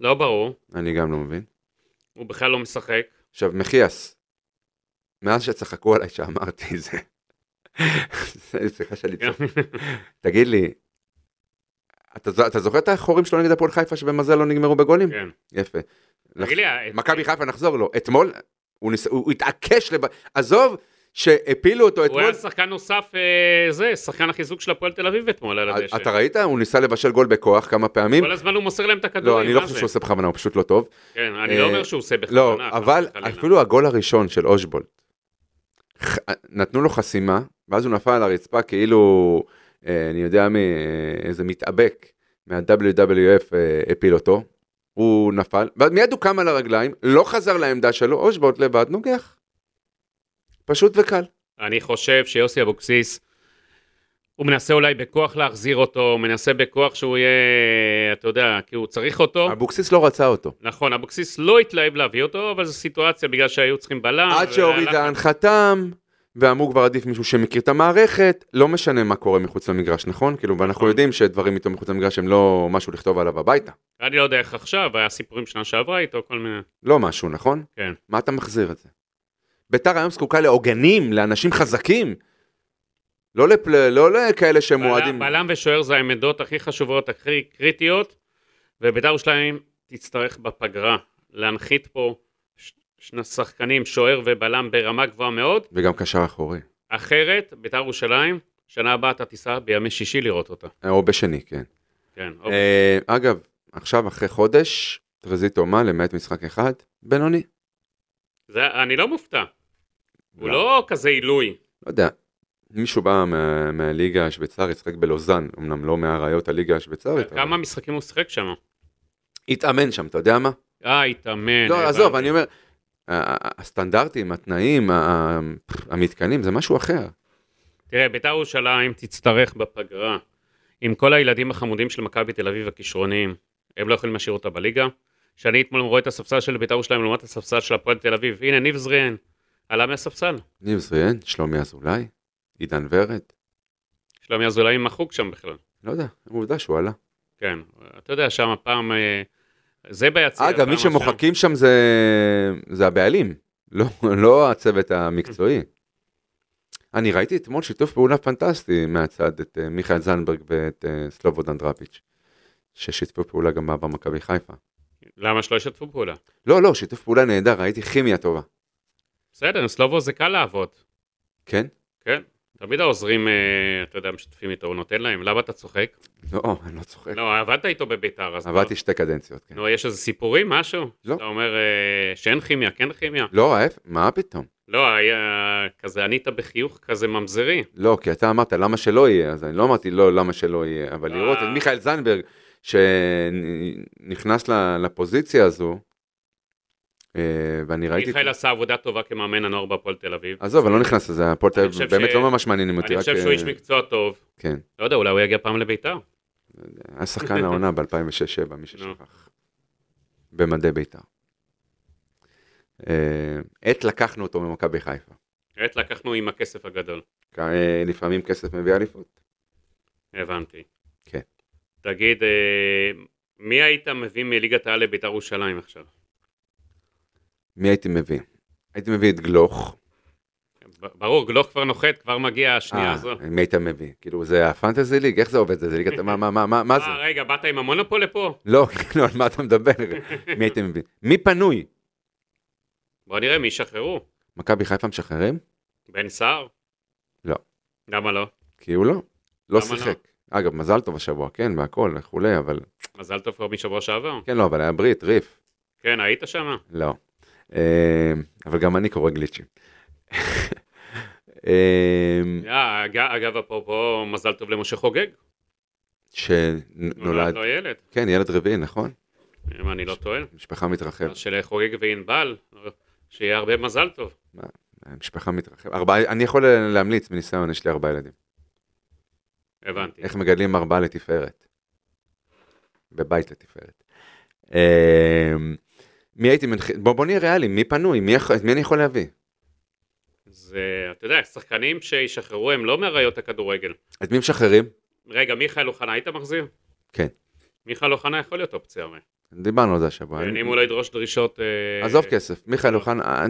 לא ברור,
אני גם לא מבין.
הוא בכלל לא משחק.
עכשיו, מחיאס, מאז שצחקו עליי שאמרתי זה, זה סליחה שאני
כן.
צוחק. תגיד לי, אתה, ז- אתה זוכר את החורים שלו נגד הפועל חיפה שבמזל לא נגמרו בגולים?
כן.
יפה.
תגיד לי, אה,
מכבי חיפה נחזור לו. אתמול הוא, ניס... הוא התעקש, לב... עזוב שהפילו אותו
הוא
אתמול.
היה שחקן נוסף, אה, זה, שחקן החיזוק של הפועל תל אביב אתמול
אה,
על הדשא.
אתה ראית? הוא ניסה לבשל גול בכוח כמה פעמים.
כל הזמן הוא מוסר להם את הכדורים,
לא, אני לא
מה
חושב
זה?
שהוא עושה בכוונה, הוא פשוט לא טוב.
כן, אני לא
אה,
אומר שהוא עושה בכוונה.
לא,
חס
אבל
וחלילה.
אפילו הגול הראשון של אושבולט, ח- נתנו לו חסימה, ואז הוא נפל על הרצפה כאילו, אה, אני יודע מי, אה, איזה מתאבק מה-WWF אה, הפיל אותו, הוא נפל, ואז מיד הוא קם על הרגליים, לא חזר לעמדה שלו, אושבולט לבד נוגח. פשוט וקל.
אני חושב שיוסי אבוקסיס, הוא מנסה אולי בכוח להחזיר אותו, הוא מנסה בכוח שהוא יהיה, אתה יודע, כי הוא צריך אותו.
אבוקסיס לא רצה אותו.
נכון, אבוקסיס לא התלהב להביא אותו, אבל זו סיטואציה בגלל שהיו צריכים בלם.
עד שהוריד
והלך-
דהן חתם, ואמרו כבר עדיף מישהו שמכיר את המערכת, לא משנה מה קורה מחוץ למגרש, נכון? כאילו, ואנחנו
נכון.
יודעים שדברים איתו מחוץ למגרש הם לא משהו לכתוב עליו הביתה.
אני לא יודע איך עכשיו, היה סיפורים שנה שעברה איתו, כל מיני...
לא משהו, נכון?
כן.
מה אתה מחזיר את זה? ביתר היום זקוקה לעוגנים, לאנשים חזקים. לא, לפל... לא לכאלה שהם
בלם,
מועדים.
בלם ושוער זה העמדות הכי חשובות, הכי קריטיות, ובית"ר ירושלים תצטרך בפגרה להנחית פה ש- שני שחקנים, שוער ובלם ברמה גבוהה מאוד,
וגם קשר אחורי.
אחרת, בית"ר ירושלים, שנה הבאה אתה תיסע בימי שישי לראות אותה.
או בשני, כן.
כן, אוקיי.
אה, אגב, עכשיו אחרי חודש, טרזית אומה למעט משחק אחד, בינוני.
זה, אני לא מופתע. הוא
לא.
לא כזה עילוי.
לא יודע, מישהו בא מה, מהליגה השוויצרית, שיחק בלוזאן, אמנם לא מאריות הליגה השוויצרית, אבל
כמה משחקים הוא שיחק שם?
התאמן שם, אתה יודע מה?
אה, התאמן.
לא,
הבנתי.
עזוב, אני אומר, ה- ה- הסטנדרטים, התנאים, ה- ה- המתקנים, זה משהו אחר.
תראה, בית"ר ירושלים תצטרך בפגרה, עם כל הילדים החמודים של מכבי תל אביב הכישרוניים, הם לא יכולים להשאיר אותה בליגה. שאני אתמול רואה את הספסל של בית"ר ירושלים לעומת הספסל של הפועל תל אביב. הנה, ניב זריאן עלה מהספסל.
ניב זריאן, שלומי אזולאי, עידן ורד,
שלומי אזולאי מחוק שם בכלל.
לא יודע, עובדה שהוא עלה.
כן, אתה יודע, שם הפעם... אה, זה ביציע.
אגב,
הפעם
מי
השם.
שמוחקים שם זה, זה הבעלים, לא, לא הצוות המקצועי. אני ראיתי אתמול שיתוף פעולה פנטסטי מהצד, את אה, מיכאל זנדברג ואת אה, סלובודן דראפיץ', ששיתפו פעולה גם בעבר מכבי חיפה.
למה שלא ישתפו פעולה?
לא, לא, שיתוף פעולה נהדר, ראיתי כימיה טובה.
בסדר, עם סלובו זה קל לעבוד.
כן?
כן, תמיד העוזרים, אה, אתה יודע, משתפים איתו, הוא נותן להם, למה אתה צוחק?
לא, אני לא צוחק.
לא, עבדת איתו בביתר, אז...
עבדתי שתי קדנציות, כן.
נו, יש איזה סיפורים, משהו?
לא.
אתה אומר אה, שאין כימיה, כן כימיה?
לא, ההפ... מה פתאום?
לא, היה כזה, ענית בחיוך כזה ממזרי.
לא, כי אתה אמרת למה שלא יהיה, אז אני לא אמרתי לא, למה שלא יהיה, אבל
אה.
לראות את מיכאל זנדברג שנכנס ל- לפוזיציה הזו, אה, ואני ראיתי...
מיכאל עשה עבודה טובה כמאמן הנוער בהפועל תל אביב.
עזוב, אני לא נכנס לזה, הפועל תל
אני
אביב
חושב
באמת
ש-
לא ממש מעניינים אותי,
אני חושב
רק,
שהוא
אה,
איש מקצוע טוב.
כן,
לא יודע, אולי הוא יגיע פעם לביתר.
היה שחקן העונה ב-2006-2007, מי ששכח. במדי בית"ר. אה, עת לקחנו אותו ממכבי חיפה.
כעת לקחנו עם הכסף הגדול.
כ- אה, לפעמים כסף מביא אליפות.
הבנתי.
כן.
תגיד, אה, מי היית מביא מליגת העל לביתר ירושלים עכשיו?
מי הייתי מביא? הייתי מביא את גלוך.
ב- ברור, גלוך כבר נוחת, כבר מגיע השנייה
אה,
הזו.
מי היית מביא? כאילו זה הפנטזי ליג? איך זה עובד? זה ליגת... מה- מה- מה מה- מה
אה,
זה?
רגע, באת עם המונופול לפה?
לא, כאילו, על מה אתה מדבר? מי היית מביא? מי פנוי?
בוא נראה מי ישחררו.
מכבי חיפה משחררים?
בן סער?
לא.
למה לא?
כי הוא לא. לא
למה לא?
שיחק. אגב, מזל טוב השבוע, כן, והכל וכולי, אבל...
מזל טוב כבר משבוע שעבר.
כן, לא, אבל היה ברית, ריף.
כן, היית שם?
לא. אה, אבל גם אני קורא גליצ'ים. אה,
אה, אג- אגב, אפרופו, מזל טוב למשה חוגג.
שנולד,
לו ילד,
כן, ילד רביעי, נכון?
אם אני לא טועה.
משפחה מתרחבת.
של חוגג וענבל, שיהיה הרבה מזל טוב. לא.
משפחה מתרחבת. ארבעה, אני יכול להמליץ מניסיון, יש לי ארבעה ילדים.
הבנתי.
איך מגדלים ארבעה לתפארת. בבית לתפארת. אה, מי הייתי מנחה, בוא, בוא נהיה ריאלי, מי פנוי, מי, יכול- את מי אני יכול להביא?
זה, אתה יודע, שחקנים שישחררו הם לא מאריות הכדורגל.
את מי משחררים?
רגע, מיכאל אוחנה היית מחזיר?
כן.
מיכאל אוחנה יכול להיות אופציה, הרי.
דיברנו על זה השבוע.
כן,
אני-
אם הוא לא ידרוש דרישות... אה,
עזוב כן. כסף, מיכאל אוחנה, אה,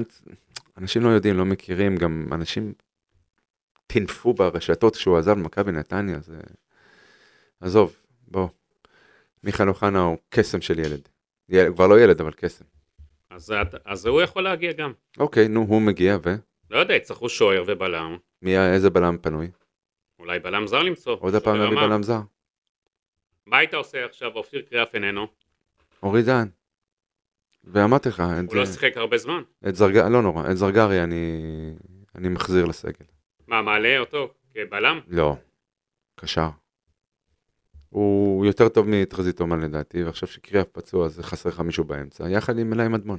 אנשים לא יודעים, לא מכירים, גם אנשים טינפו ברשתות כשהוא עזב מכבי נתניה, זה... עזוב, בוא. מיכאל אוחנה הוא קסם של ילד. ילד. כבר לא ילד, אבל קסם.
אז את- אז הוא יכול להגיע גם.
אוקיי, נו, הוא מגיע, ו?
לא יודע, יצטרכו שוער ובלם.
מי, ה- איזה בלם פנוי?
אולי בלם זר למצוא.
עוד הפעם לא
שוער
נביא
רמה.
בלם זר.
מה היית עושה עכשיו? אופיר קריאף איננו.
אורי דן. ואמרתי לך, את,
הוא לא שיחק הרבה זמן.
את זרגרי, לא נורא, את זרגרי אני, אני מחזיר לסגל.
מה, מעלה אותו כבלם?
לא. קשר. הוא יותר טוב מתחזית אומן לדעתי, ועכשיו שקריאף פצוע אז חסר לך מישהו באמצע, יחד עם אליי מדמון.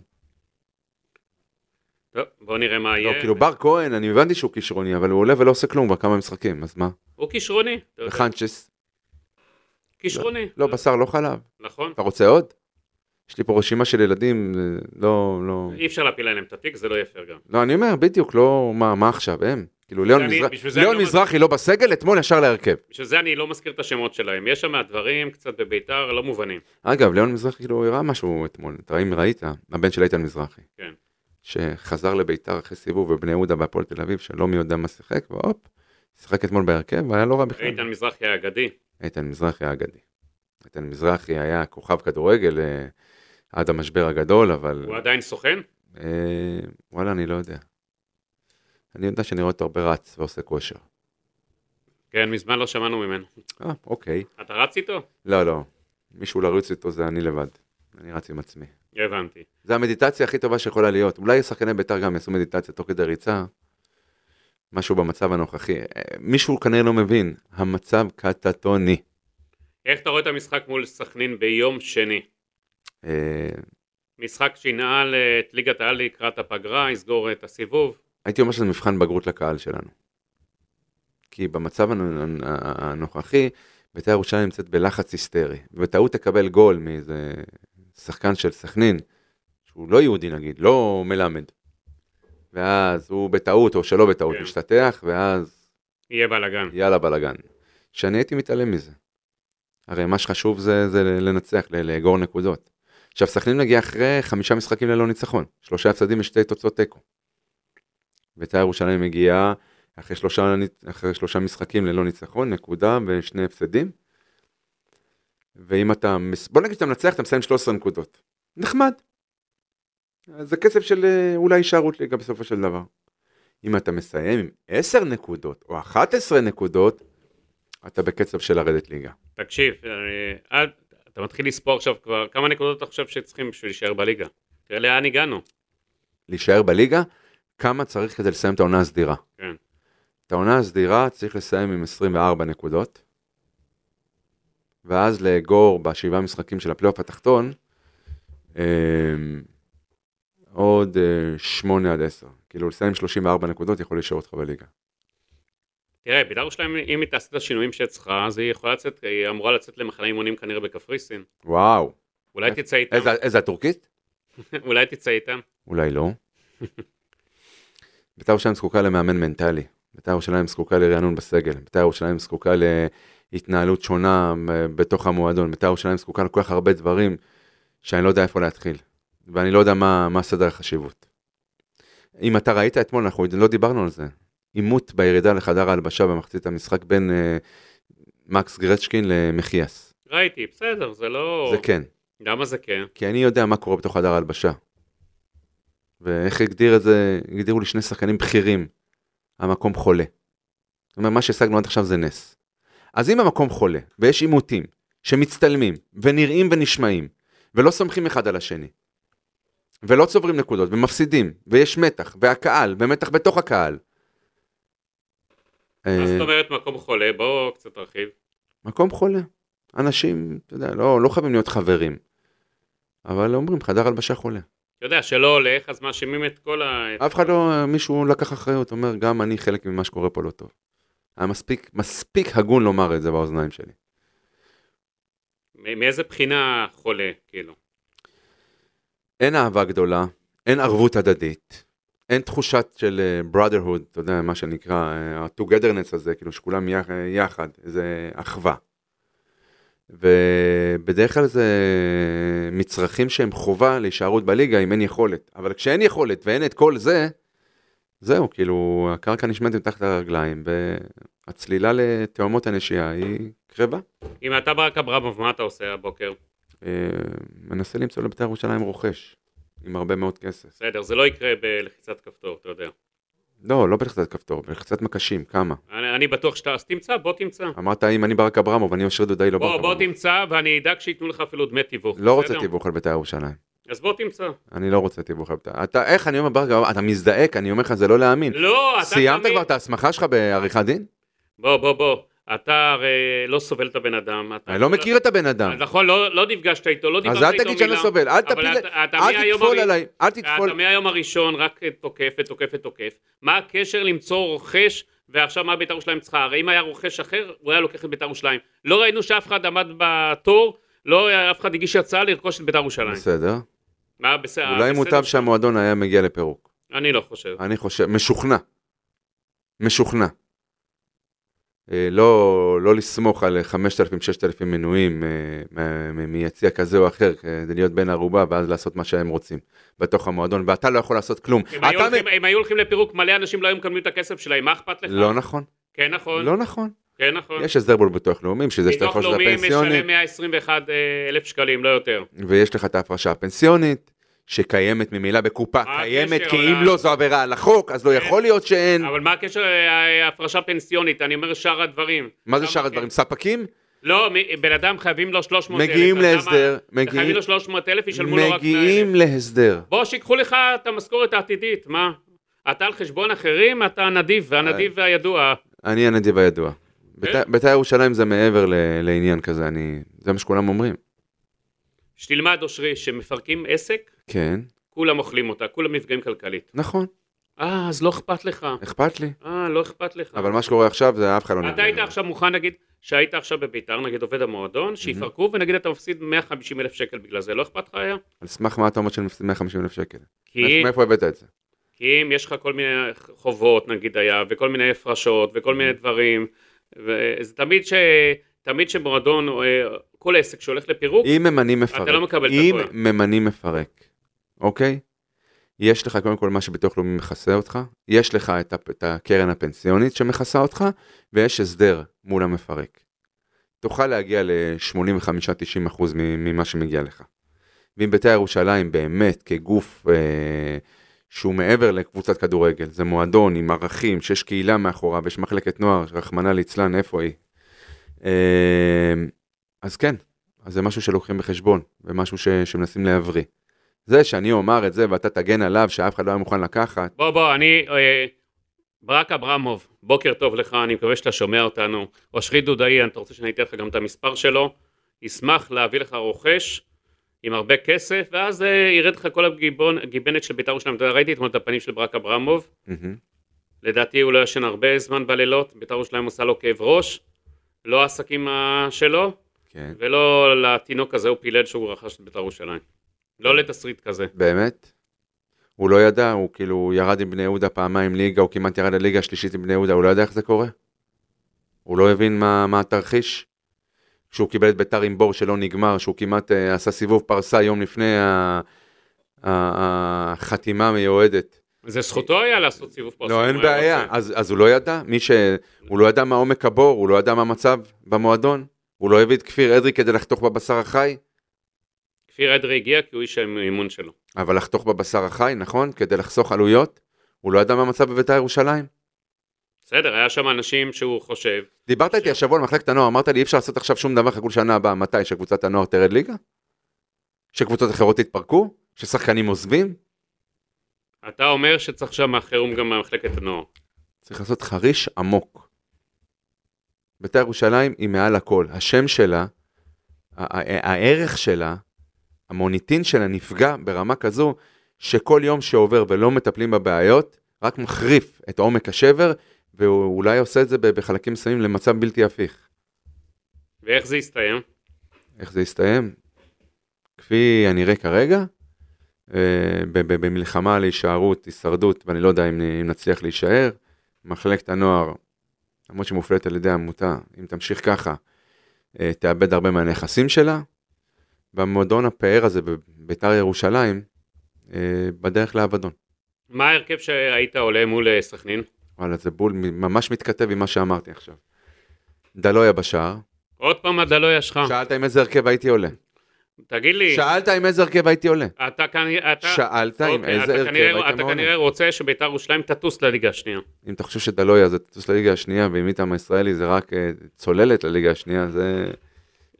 טוב, בואו נראה מה
לא,
יהיה.
כאילו בר כהן, אני הבנתי שהוא כישרוני, אבל הוא עולה ולא עושה כלום כבר כמה משחקים, אז מה?
הוא כישרוני. אתה לא יודע,
וחנצ'ס,
כישרוני.
לא בשר, לא חלב.
נכון.
אתה רוצה עוד? יש לי פה רשימה של ילדים, אה, לא, לא...
אי אפשר להפיל עליהם את התיק, זה לא יהיה פייר גם.
לא, אני אומר, בדיוק, לא, מה, מה עכשיו, הם? כאילו, ליאון
אני-
מזרח-
בשביל זה
ליאון
אני אומר-
מזרחי לא בסגל, אתמול ישר להרכב.
בשביל זה אני לא מזכיר את השמות שלהם. יש שם דברים קצת בביתר לא מובנים.
אגב, ליאון מזרחי כאילו הראה משהו אתמול, אתה אם ראית, הבן של איתן מזרחי.
כן.
שחזר לביתר אחרי סיבוב בבני יהודה בהפועל תל אביב, שלא מי יודע מה שיחק, והופ, שיחק אתמול בהרכב, והיה לא רע בכלל.
איתן מזרחי האגדי.
איתן מזרחי היה אגדי. איתן מזרחי היה כוכב כדורגל אה, עד המשבר הגדול, אבל
הוא עדיין סוכן?
אה, וואלה, אני לא יודע. אני יודע שאני רואה אותו הרבה רץ ועושה כושר.
כן, מזמן לא שמענו ממנו.
אה, אוקיי.
אתה רץ איתו?
לא, לא. מישהו לרוץ איתו זה אני לבד. אני רץ עם עצמי.
הבנתי.
זה המדיטציה הכי טובה שיכולה להיות. אולי שחקני בית"ר גם יעשו מדיטציה תוך כדי ריצה, משהו במצב הנוכחי. אה, מישהו כנראה לא מבין, המצב קטטוני.
איך אתה רואה את המשחק מול סכנין ביום שני?
אה,
משחק שינעל אה, את ליגת העל לקראת הפגרה, יסגור את הסיבוב.
הייתי אומר שזה מבחן בגרות לקהל שלנו. כי במצב הנ- הנ- הנוכחי, בית"ר ירושלים נמצאת בלחץ היסטרי, ובטעות תקבל גול מאיזה שחקן של סכנין, שהוא לא יהודי נגיד, לא מלמד. ואז הוא בטעות או שלא בטעות
כן.
משתתח, ואז
יהיה בלאגן.
יאללה בלאגן. שאני הייתי מתעלם מזה. הרי מה שחשוב זה, זה לנצח, ל- לאגור נקודות. עכשיו סכנין מגיע אחרי חמישה משחקים ללא ניצחון, שלושה הפסדים ושתי תוצאות תיקו. בית"ר ירושלים מגיעה אחרי שלושה, ניצ- אחרי שלושה משחקים ללא ניצחון, נקודה ושני הפסדים. ואם אתה, מס- בוא נגיד שאתה מנצח, אתה מסיים 13 נקודות. נחמד. אז זה כסף של אה, אולי הישארות ליגה בסופו של דבר. אם אתה מסיים עם 10 נקודות או 11 נקודות, אתה בקצב של לרדת ליגה.
תקשיב, אה, אל- אתה מתחיל לספור עכשיו כבר כמה נקודות אתה חושב שצריכים בשביל להישאר בליגה. תראה לאן הגענו.
להישאר בליגה, כמה צריך כדי לסיים את העונה הסדירה.
כן.
את העונה הסדירה צריך לסיים עם 24 נקודות, ואז לאגור בשבעה משחקים של הפלייאוף התחתון, אה, עוד 8 עד 10. כאילו לסיים עם 34 נקודות יכול להישאר אותך בליגה.
תראה, בית"ר ירושלים, אם היא תעשה את השינויים שהיא צריכה, אז היא יכולה לצאת, היא אמורה לצאת למחנה אימונים כנראה בקפריסין.
וואו.
אולי תצא איתם,
איזה, איזה הטורקית?
אולי תצא איתם.
אולי לא. בית"ר ירושלים זקוקה למאמן מנטלי. בית"ר ירושלים זקוקה לרענון בסגל. בית"ר ירושלים זקוקה להתנהלות שונה אה, בתוך המועדון. בית"ר ירושלים זקוקה לכל כך הרבה דברים שאני לא יודע איפה להתחיל. ואני לא יודע מה, מה סדר החשיבות. אם אתה ראית אתמול, אנחנו לא דיברנו על זה. עימות בירידה לחדר ההלבשה במחצית המשחק בין אה, מקס גרצ'קין למחיאס.
ראיתי, בסדר, זה לא...
זה כן. אה.
למה זה כן?
כי אני יודע מה קורה בתוך חדר ההלבשה. ואיך הגדיר את זה, הגדירו לי שני שחקנים בכירים, המקום חולה. זאת אומרת, מה שהשגנו עד עכשיו זה נס. אז אם המקום חולה, ויש עימותים, שמצטלמים, ונראים ונשמעים, ולא סומכים אחד על השני, ולא צוברים נקודות, ומפסידים, ויש מתח, והקהל, ומתח בתוך הקהל.
מה
אה,
זאת אומרת מקום חולה? בואו קצת תרחיב.
מקום חולה. אנשים, אתה יודע, לא, לא חייבים להיות חברים. אבל אומרים, חדר הלבשה חולה.
אתה יודע, שלא הולך, אז מאשימים את כל ה...
אף אחד לא, מישהו לקח אחריות, אומר, גם אני חלק ממה שקורה פה לא טוב. היה מספיק, מספיק הגון לומר את זה באוזניים שלי.
מ- מאיזה בחינה חולה, כאילו?
אין אהבה גדולה, אין ערבות הדדית, אין תחושת של אה, brotherhood, אתה יודע, מה שנקרא, אה, ה-togetherness הזה, כאילו שכולם יח- יחד, זה אחווה. ובדרך כלל זה מצרכים שהם חובה להישארות בליגה אם אין יכולת. אבל כשאין יכולת ואין את כל זה, זהו, כאילו, הקרקע נשמטת מתחת לרגליים, והצלילה לתאומות הנשייה היא קרבה.
אם אתה ברק אברמוב, מה אתה עושה הבוקר?
אה, מנסה למצוא לבית"ר ירושלים רוכש, עם הרבה מאוד כסף.
בסדר, זה לא יקרה בלחיצת כפתור, אתה יודע.
לא, לא בלחיצת כפתור, בלחיצת מקשים, כמה?
אני, אני בטוח שאתה... אז תמצא, בוא תמצא.
אמרת אם אני לא ברק אברמוב, אני אושר דודאי לא ברק
בוא, בוא
אברמוב.
תמצא, ואני אדאג שייתנו לך אפילו דמי תיווך.
לא רוצה
בסדר?
תיווך על בית"ר ירושלים.
אז בוא תמצא.
אני לא רוצה תיווך על בית"ר. אתה, איך אני אומר ברק אברמוב, אתה מזדעק, אני אומר לך, זה לא להאמין.
לא, אתה...
סיימת
תמיד-
כבר את ההסמכה שלך בעריכת דין?
בוא, בוא, בוא. אתה הרי לא סובל את הבן אדם. אתה-
אני לא מכיר את הבן אדם.
אז נכון, לא, לא נפגשת איתו, לא דיברת
אז
איתו מילה.
אל תגיד שאני לא סובל, אל
אבל
תפיל,
אתה- אתה
אל
מהיום
תטפול
הראשון-
עליי, אל
אתה
תטפול.
מהיום הראשון רק תוקף ותוקף ותוקף. מה הקשר למצוא רוכש, ועכשיו מה בית"ר ירושלים צריכה? הרי אם היה רוכש אחר, הוא היה לוקח את בית"ר ירושלים. לא ראינו שאף אחד עמד בתור, לא אף אחד הגיש הצעה לרכוש את בית"ר ירושלים.
בסדר.
מה בסדר?
אולי
בסדר?
מוטב שהמועדון היה מגיע לפירוק.
אני לא חושב.
אני חושב, משוכנע. משוכנע. אה, לא, לא לסמוך על 5,000-6,000 מנויים אה, מ- מ- מיציע כזה או אחר, כדי להיות בן ערובה ואז לעשות מה שהם רוצים בתוך המועדון, ואתה לא יכול לעשות כלום.
אם היו
אתה
הולכים- אם היו הולכים לפירוק, מלא אנשים לא היו מקבלים את הכסף שלהם, מה אכפת לך?
לא נכון,
כן נכון,
לא נכון.
כן נכון.
יש הסדר מול ביטוח לאומי, שזה שאתה
ביטוח
יכול לעשות את
לאומי
הפנסיוני,
משלם 121 אלף שקלים, לא יותר.
ויש לך את ההפרשה הפנסיונית, שקיימת ממילא בקופה,
מה
קיימת,
הקשר
כי אם
לה-
לא זו עבירה על החוק, אז לא יכול להיות שאין.
אבל מה הקשר אה, הפרשה פנסיונית? אני אומר שאר הדברים.
מה זה
למה
שאר
כן?
הדברים? ספקים?
לא, מ- בן אדם חייבים לו 300 אלף.
מגיעים להסדר,
חייבים
מגיעים...
לו 300 אלף, ישלמו לו רק 100 אלף.
מגיעים להסדר.
בוא, שיקחו לך את המשכורת העתידית, מה? אתה על חשבון אחרים, אתה נדיב,
אה.
והנדיב הידוע.
אני הנדיב הידוע.
כן?
בית"ר- בית"ר ירושלים זה מעבר ל- לעניין כזה, אני... זה מה שכולם אומרים.
שתלמד, אושרי, שמפרקים עסק,
כן,
כולם אוכלים אותה, כולם נפגעים כלכלית.
נכון,
אה, אז לא אכפת לך.
אכפת לי.
אה, לא אכפת לך.
אבל מה שקורה עכשיו זה אף אחד לא
אתה
נפגע.
היית עכשיו מוכן, נגיד, שהיית עכשיו בביתר, נגיד עובד המועדון, שיפרקו, ונגיד אתה מפסיד 150 אלף שקל בגלל זה, לא אכפת לך היה?
על סמך מה אתה אומר שאני מפסיד 150 אלף שקל?
כי
מאיפה הבאת את זה?
כי אם יש לך כל מיני חובות נגיד היה, וכל מיני הפרשות, וכל מיני דברים, וזה תמיד ש... תמיד שמועדון, אה, כל עסק שהולך לפירוק,
אם ממנים מפרק,
לא מקבל את
אם
הכל.
ממנים מפרק, אוקיי? יש לך קודם כל מה שביטוח לאומי מכסה אותך, יש לך את, הפ- את הקרן הפנסיונית שמכסה אותך, ויש הסדר מול המפרק. תוכל להגיע ל-85-90% ממה שמגיע לך. ואם בית"ר ירושלים באמת כגוף אה, שהוא מעבר לקבוצת כדורגל, זה מועדון עם ערכים, שיש קהילה מאחוריו, יש מחלקת נוער, רחמנא ליצלן, איפה היא? אה, אז כן, אז זה משהו שלוקחים בחשבון, ומשהו ש... שמנסים להבריא. זה שאני אומר את זה ואתה תגן עליו שאף אחד לא היה מוכן לקחת,
בוא בוא, אני, אה, ברק אברמוב, בוקר טוב לך, אני מקווה שאתה שומע אותנו. אושרי דודאי, אתה רוצה שאני אתן לך גם את המספר שלו? ישמח להביא לך רוכש עם הרבה כסף, ואז אה, ירד לך כל הגיבון- הגיבנת של בית"ר ירושלים. אתה יודע, ראיתי אתמול את הפנים של ברק אברמוב,
מהמם.
לדעתי הוא לא ישן הרבה זמן בלילות, בית"ר ירושלים עושה לו כאב ראש, לא העסקים ה- שלו,
כן.
ולא לתינוק הזה הוא פילל שהוא רכש את בית"ר ירושלים. לא לתסריט כזה.
באמת? הוא לא ידע, הוא כאילו הוא ירד עם בני יהודה פעמיים ליגה, הוא כמעט ירד לליגה השלישית עם בני יהודה, הוא לא יודע איך זה קורה? הוא לא הבין מה, מה התרחיש? כשהוא קיבל את ביתר עם בור שלא נגמר, שהוא כמעט uh, עשה סיבוב פרסה יום לפני ה- ה- החתימה המיועדת.
זה זכותו היה לעשות סיבוב פה.
לא,
עשרים,
אין
הוא היה
בעיה.
רוצה.
אז, אז הוא לא ידע? מי ש... הוא לא ידע מה עומק הבור, הוא לא ידע מה המצב במועדון? הוא לא הביא את כפיר אדרי כדי לחתוך בבשר החי?
כפיר אדרי הגיע כי הוא איש האימון שלו.
אבל לחתוך בבשר החי, נכון? כדי לחסוך עלויות? הוא לא ידע מה המצב בבית"ר ירושלים?
בסדר, היה שם אנשים שהוא חושב.
דיברת
כן.
איתי השבוע על מחלקת הנוער, אמרת לי אי אפשר לעשות עכשיו שום דבר, חכו לשנה הבאה, מתי? שקבוצת הנוער תרד ליגה? שקבוצות אחרות יתפרקו? ששחקנים עוזבים,
אתה אומר שצריך שם חירום גם במחלקת הנוער.
צריך לעשות חריש עמוק. בית"ר ירושלים היא מעל הכל. השם שלה, ה- ה- הערך שלה, המוניטין שלה נפגע ברמה כזו שכל יום שעובר ולא מטפלים בבעיות, רק מחריף את עומק השבר, והוא אולי עושה את זה ב- בחלקים מסוימים למצב בלתי הפיך.
ואיך זה יסתיים?
איך זה יסתיים? כפי הנראה כרגע, אה, ב- ב- במלחמה על הישארות, הישרדות, ואני לא יודע אם אם נצליח להישאר. מחלקת הנוער, למרות שמופלית על ידי עמותה, אם תמשיך ככה, אה, תאבד הרבה מהנכסים שלה. והמועדון הפאר הזה בביתר ירושלים, אה, בדרך לאבדון.
מה ההרכב שהיית עולה מול אה, סכנין?
וואלה, זה בול, מ- ממש מתכתב עם מה שאמרתי עכשיו. דלויה בשער.
עוד פעם הדלויה שלך.
שאלת עם איזה הרכב הייתי עולה.
תגיד לי,
שאלת עם איזה הרכב הייתי עולה.
אתה כנראה... אתה-
שאלת עם
אוקיי,
איזה
אתה
הרכב
כנראה-
הייתם
אתה
מעוניין.
כנראה רוצה שביתר ירושלים תטוס לליגה השנייה.
אם אתה חושב שדלויה זה תטוס לליגה השנייה, ואם איתם הישראלי זה רק אה, צוללת לליגה השנייה, זה...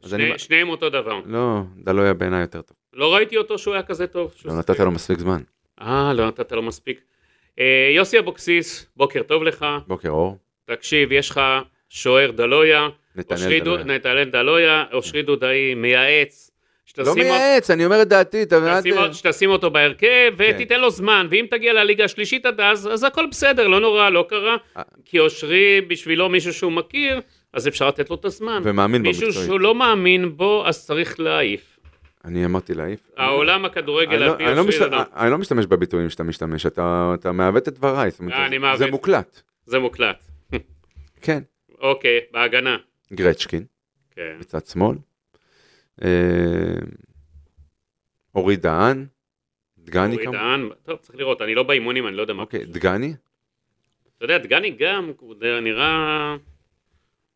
אז
שני-
אני...
שניהם אותו דבר.
לא, דלויה בעיניי יותר טוב.
לא ראיתי אותו שהוא היה כזה טוב. שהוא
לא
שיחק.
נתת לו מספיק זמן.
אה, לא נתת לו מספיק. אה, יוסי אבוקסיס, בוקר טוב לך.
בוקר אור,
תקשיב, יש לך שוער דלויה, אושרי
נתנאל
דו-
דלויה.
נתנאל דלויה, אושרי דודאי מייעץ.
לא
שתשים אותו-
מייעץ, אני אומר את דעתי, אתה
תשים
מבין?
אותו- שתשים אותו בהרכב
כן.
ותיתן לו זמן, ואם תגיע לליגה השלישית עד אז, אז הכל בסדר, לא נורא, לא קרה,
אה.
כי אושרי בשבילו מישהו שהוא מכיר, אז אפשר לתת לו את הזמן.
ומאמין
מישהו
במקצועי.
שהוא לא מאמין בו, אז צריך להעיף.
אני אמרתי להעיף.
העולם
אני
הכדורגל
לא-
על פי
אני לא
אושרי
משת-
דודאי.
אני לא משתמש בביטויים שאתה משתמש, אתה אתה מעוות את דבריי. זאת אומרת,
אה, אני
זה-
מעוות.
זה מוקלט.
זה מוקלט.
כן.
אוקיי, בהגנה.
גרצ'קין,
כן.
מצד שמאל. אה, אורי דהן. דגני
אורי
כמובן.
דהן, טוב, צריך לראות, אני לא באימונים, אני לא יודע מה.
אוקיי, דגני.
אתה יודע, דגני גם, הוא נראה...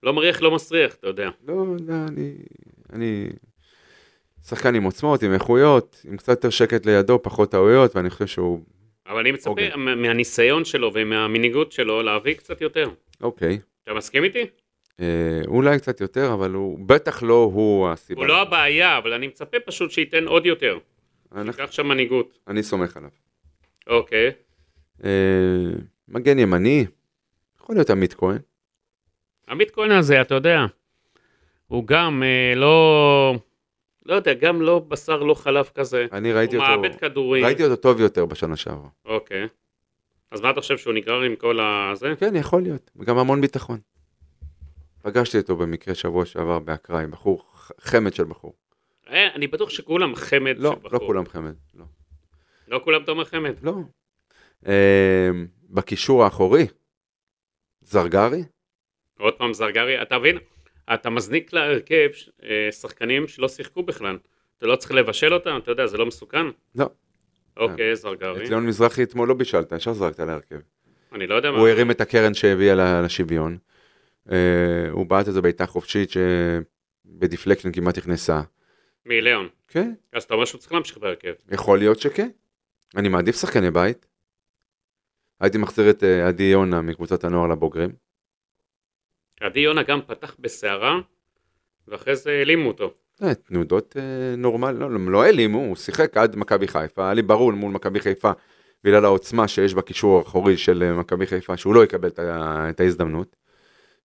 לא מריח, לא מסריח, אתה יודע.
לא, לא, אני... אני... שחקן עם עוצמות, עם איכויות, עם קצת יותר שקט לידו, פחות טעויות, ואני חושב שהוא...
אבל אני מצפה
אוקיי.
מה- מהניסיון שלו ומהמנהיגות שלו להביא קצת יותר.
אוקיי.
אתה מסכים איתי?
אה, אולי קצת יותר, אבל הוא בטח לא הוא הסיבה.
הוא לא הבעיה, אבל אני מצפה פשוט שייתן עוד יותר.
אנחנו-
ייקח שם מנהיגות.
אני סומך עליו.
אוקיי.
אה, מגן ימני, יכול להיות עמית כהן.
עמית כהן הזה, אתה יודע, הוא גם אה, לא... לא יודע, גם לא בשר, לא חלב כזה.
אני ראיתי
הוא
אותו...
מאבד כדורים.
ראיתי אותו טוב יותר בשנה שעברה.
אוקיי. אז מה אתה חושב שהוא נגרר עם כל הזה?
כן, יכול להיות. וגם המון ביטחון. פגשתי אותו במקרה שבוע שעבר באקראי, בחור, ח- חמד של בחור.
אה, אני בטוח שכולם חמד
לא,
של בחור.
לא כולם חמד, לא.
לא כולם אתה אומר חמד.
לא. אה, בקישור האחורי, זרגרי,
עוד פעם זרגרי, אתה מבין? אתה מזניק להרכב ש- אה, שחקנים שלא שיחקו בכלל. אתה לא צריך לבשל אותם, אתה יודע, זה לא מסוכן?
לא.
אוקיי,
את
זרגרי.
ליאון מזרחי אתמול לא בישלת, ישר זרקת להרכב.
אני לא יודע מה.
הוא הרים את הקרן שהביאה ל- לשוויון. אה, הוא בעט איזו בעיטה חופשית שבדיפלקשן כמעט נכנסה.
מליאון.
כן,
אז אתה אומר שהוא צריך להמשיך בהרכב.
יכול להיות שכן. אני מעדיף שחקני בית. הייתי מחזיר את אה, עדי יונה מקבוצת הנוער לבוגרים.
עדי יונה גם פתח בסערה, ואחרי זה העלימו אותו.
אה, תנודות אה, נורמל, לא, לא, לא העלימו, הוא שיחק עד מכבי חיפה, היה לי ברור מול מכבי חיפה, בגלל העוצמה שיש בקישור האחורי של אה, מכבי חיפה, שהוא לא יקבל את, ה- את ההזדמנות.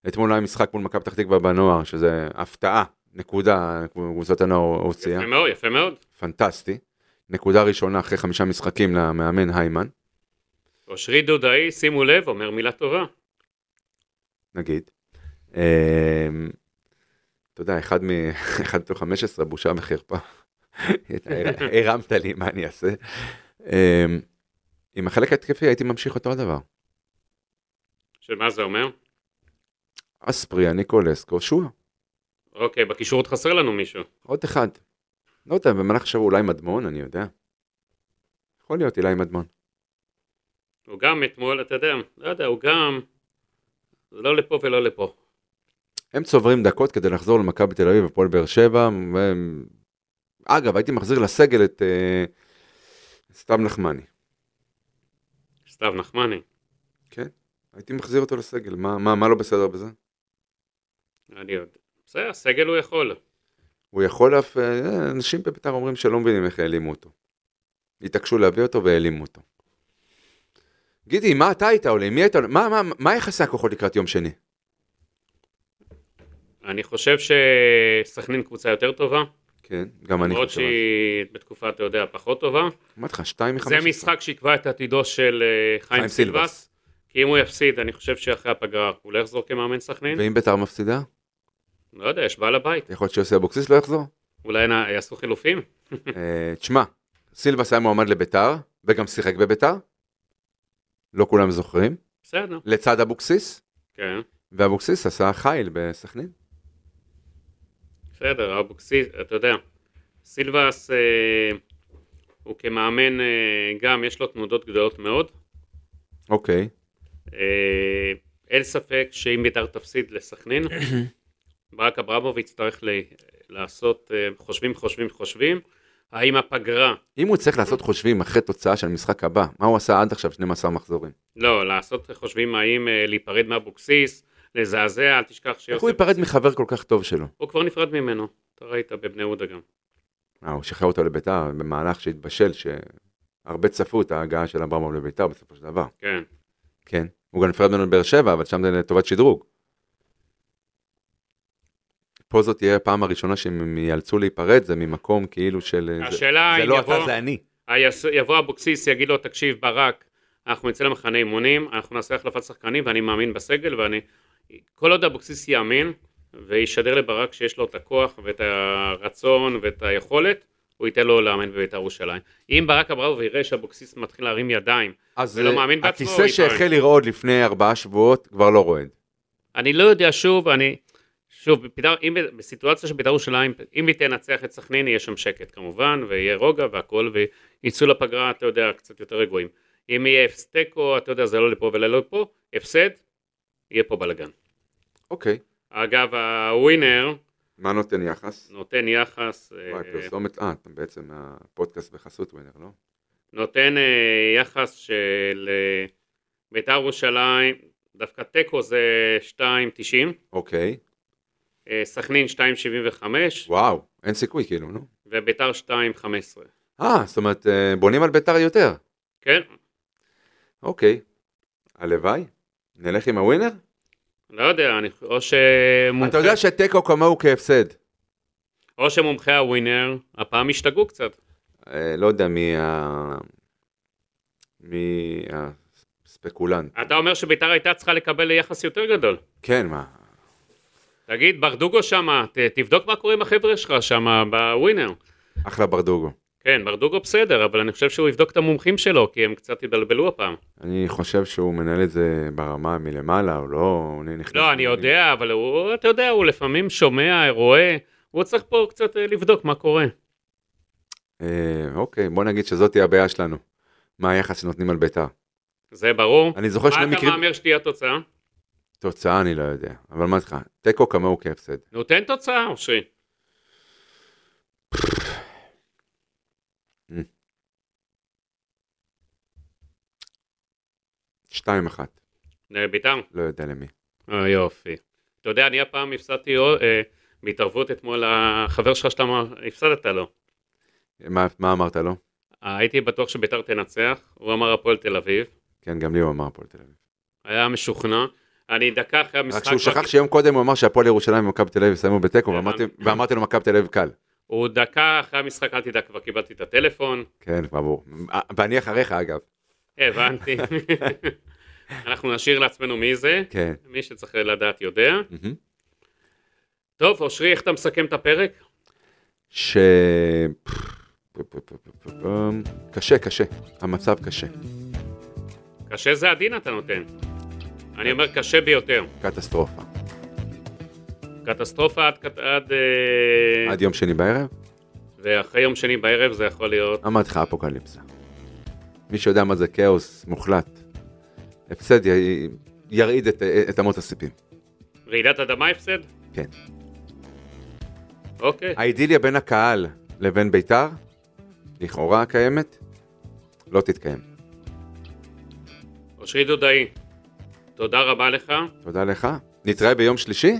אתמול היה משחק מול מכבי פתח תקווה בנוער, שזה הפתעה, נקודה, קבוצת הנוער הוציאה,
יפה מאוד, יפה מאוד.
פנטסטי. נקודה ראשונה אחרי חמישה משחקים למאמן היימן,
אושרי דודאי, שימו לב, אומר מילה טובה.
נגיד. אה, אתה יודע, אחד מ... אחד מתוך 15, בושה וחרפה. אתה הר- הרמת לי, מה אני אעשה? אה, עם החלק ההתקפי הייתי ממשיך אותו הדבר.
שמה זה אומר?
אספריה, ניקולסקו, שועה.
אוקיי, בקישור עוד חסר לנו מישהו.
עוד אחד. לא יודע, במהלך השבוע אולי מדמון, אני יודע. יכול להיות אילי מדמון.
הוא גם אתמול, אתה יודע, לא יודע, הוא גם... זה לא לפה ולא לפה.
הם צוברים דקות כדי לחזור למכבי תל אביב ופועל באר שבע. והם- אגב, הייתי מחזיר לסגל את אה, סתם נחמני.
סתיו נחמני.
הייתי מחזיר אותו לסגל, מה, מה, מה לא בסדר בזה?
אני יודע. בסדר, סגל הוא יכול.
הוא יכול אף, אה, אנשים בבית"ר אומרים שלא מבינים איך העלימו אותו. התעקשו להביא אותו והעלימו אותו. גידי, מה אתה היית עולה? עם מי היית עולה? מה, מה, מה יחסי הכוחות לקראת יום שני?
אני חושב שסכנין קבוצה יותר טובה,
כן, גם אני
למרות
חושב. על
שהיא בתקופה, אתה יודע, פחות טובה.
זה. אמרתי לך, שתיים
זה
מחמש.
משחק שיקבע את עתידו של אה, חיים
חיים סילבס.
סילבס, כי אם הוא יפסיד, אני חושב שאחרי הפגרה הוא לא יחזור כמאמן סכנין.
ואם ביתר מפסידה?
לא יודע, יש בעל הבית.
יכול להיות שיוסי אבוקסיס לא יחזור?
אולי נע- יעשו חילופים?
אה, תשמע, סילבס היה מועמד לביתר, וגם שיחק בביתר. לא כולם זוכרים.
בסדר,
לצד אבוקסיס,
כן.
ואבוקסיס עשה חיל בסכנין.
בסדר, אבוקסיס, אתה יודע, סילבס אה, הוא כמאמן אה, גם, יש לו תנודות גדולות מאוד.
אוקיי.
אה, אין ספק שאם בית"ר תפסיד לסכנין, ברק אברמוב יצטרך ל- לעשות אה, חושבים, חושבים, חושבים. האם הפגרה,
אם הוא צריך לעשות חושבים אחרי תוצאה של המשחק הבא, מה הוא עשה עד עכשיו 12 מחזורים?
לא, לעשות חושבים האם אה, להיפרד מאבוקסיס, לזעזע, אל תשכח
איך
שיוסף...
הוא ייפרד מחבר כל כך טוב שלו?
הוא כבר נפרד ממנו, אתה ראית בבני יהודה גם.
אה, הוא שחרר אותו לביתר במהלך שהתבשל, שהרבה צפו את ההגעה של אברמוב לביתר בסופו של דבר.
כן,
כן. הוא גם נפרד ממנו לבאר שבע, אבל שם זה לטובת שדרוג. פה זאת תהיה הפעם הראשונה שהם ייאלצו להיפרד, זה ממקום כאילו של... זה-
השאלה
זה
אם
לא
יבוא-
אתה, זה אני.
היס- יבוא אבוקסיס, יגיד לו, תקשיב, ברק, אנחנו נצא למחנה אימונים, אנחנו נעשה החלפת שחקנים, ואני מאמין בסגל, ואני... כל עוד אבוקסיס יאמין, וישדר לברק שיש לו את הכוח, ואת הרצון, ואת היכולת, הוא ייתן לו לאמן בבית"ר ירושלים. אם ברק אברהם יראה שאבוקסיס מתחיל להרים ידיים,
אז
ולא
אה,
מאמין בעצמו, הוא
הכיסא
ייפרד.
שהחל לרעוד לפני ארבעה שבועות כבר לא רועד.
אני לא יודע, שוב, אני... שוב, בפידר, אם, בסיטואציה של בית"ר ירושלים, אם היא תנצח את סכנין, יהיה שם שקט כמובן, ויהיה רוגע והכל, ויצאו לפגרה, אתה יודע, קצת יותר רגועים. אם יהיה אפס תיקו, אתה יודע, זה לא לפה ולא לפה, הפסד, יהיה פה בלאגן.
אוקיי.
אגב, הווינר
מה נותן יחס?
נותן יחס, אה,
וואי, פרסומת, אה, אתה בעצם הפודקאסט בחסות ווינר, לא?
נותן אה, יחס של אה, בית"ר ירושלים, דווקא תיקו זה 2.90,
אוקיי.
אה, סכנין 2.75,
וואו, אין סיכוי כאילו, נו.
ובית"ר 2.15.
אה, זאת אומרת, אה, בונים על ביתר יותר.
כן?
אוקיי. הלוואי. נלך עם הווינר?
לא יודע, אני, או,
אתה
שמומחה,
יודע שתיקו כמוהו כהפסד.
או שמומחי הווינר הפעם השתגעו קצת.
אה, לא יודע מי ה... מי הספקולנט.
אתה אומר שביתר הייתה צריכה לקבל יחס יותר גדול.
כן, מה?
תגיד, ברדוגו שמה, ת, תבדוק מה קורה עם החבר'ה שלך שמה בווינר.
אחלה ברדוגו.
כן, ברדוגו בסדר, אבל אני חושב שהוא יבדוק את המומחים שלו, כי הם קצת התבלבלו הפעם.
אני חושב שהוא מנהל את זה ברמה מלמעלה, הוא לא... הוא נכנס
לא, אני
לעניינים.
יודע, אבל הוא, אתה יודע, הוא לפעמים שומע, רואה, הוא צריך פה קצת אה, לבדוק מה קורה.
אה, אוקיי, בוא נגיד שזאת תהיה הבעיה שלנו. מה היחס שנותנים על ביתר.
זה ברור.
אני זוכר
מה
שני
אתה
מקרים...
מהמר שתהיה התוצאה?
תוצאה אני לא יודע, אבל מה לך? תיקו כמוהו כהפסד.
נו, תן תוצאה, אושרי.
שתיים אחת,
אה, ביתר.
לא יודע למי.
אה, יופי. אתה יודע, אני הפעם הפסדתי אה, בהתערבות אתמול לחבר שלך שאתה אמר- הפסדת לו.
מה, מה אמרת לו?
אה, הייתי בטוח שביתר תנצח, הוא אמר הפועל תל אביב,
כן, גם לי הוא אמר הפועל תל אביב.
היה משוכנע. אני דקה אחרי המשחק,
רק שהוא
כבר-
שכח שיום קודם הוא אמר שהפועל ירושלים ומכבי תל אביב יסיימו בתיקו,
הבנתי.
ואמרתי- ואמרתי לו מכבי תל אביב קל.
הוא דקה אחרי המשחק, אל תדאג, כבר קיבלתי את הטלפון,
כן, ברור. אה, ואני אחריך אגב.
הבנתי. אנחנו נשאיר לעצמנו מי זה,
כן.
מי שצריך לדעת יודע.
מהמם.
טוב, אושרי, איך אתה מסכם את הפרק?
ש... קשה, קשה. המצב קשה.
קשה זה הדין אתה נותן. אני אומר קשה ביותר.
קטסטרופה.
קטסטרופה עד... קט- עד אה,
עד יום שני בערב,
ואחרי יום שני בערב זה יכול להיות,
אמרתי לך אפוקליפסה. מי שיודע מה זה כאוס מוחלט. הפסד י- ירעיד את- את אמות הסיפים.
רעידת אדמה הפסד?
כן.
אוקיי,
האידיליה בין הקהל לבין ביתר, לכאורה הקיימת, לא תתקיים.
אושרי דודאי, תודה רבה לך.
תודה לך. נתראה ביום שלישי?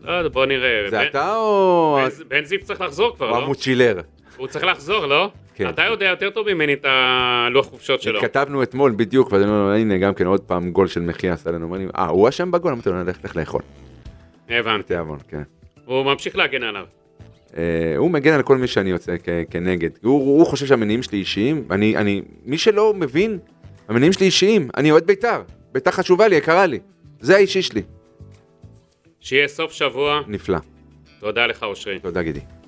לא, בוא נראה.
זה
בן-
אתה או
בן- בן זיו צריך לחזור כבר,
או
לא?
המוצ'ילר?
הוא צריך לחזור, לא?
כן.
אתה יודע יותר טוב ממני את הלוח חופשות שלו.
כתבנו אתמול בדיוק, ואז אני אומר לו, הנה גם כן עוד פעם גול של מחי עשה לנו, אומר לי, אה, הוא אשם בגול? אמרתי לו, לך לך לאכול.
הבנתי.
תיאבון, כן.
הוא ממשיך להגן עליו.
אה, הוא מגן על כל מי שאני יוצא כ- כנגד. הוא, הוא חושב שהמניעים שלי אישיים, אני, אני, מי שלא מבין, המניעים שלי אישיים, אני אוהד בית"ר, בית"ר חשובה לי, יקרה לי. זה האישי שלי.
שיהיה סוף שבוע.
נפלא.
תודה לך, אושרי.
תודה, גידי.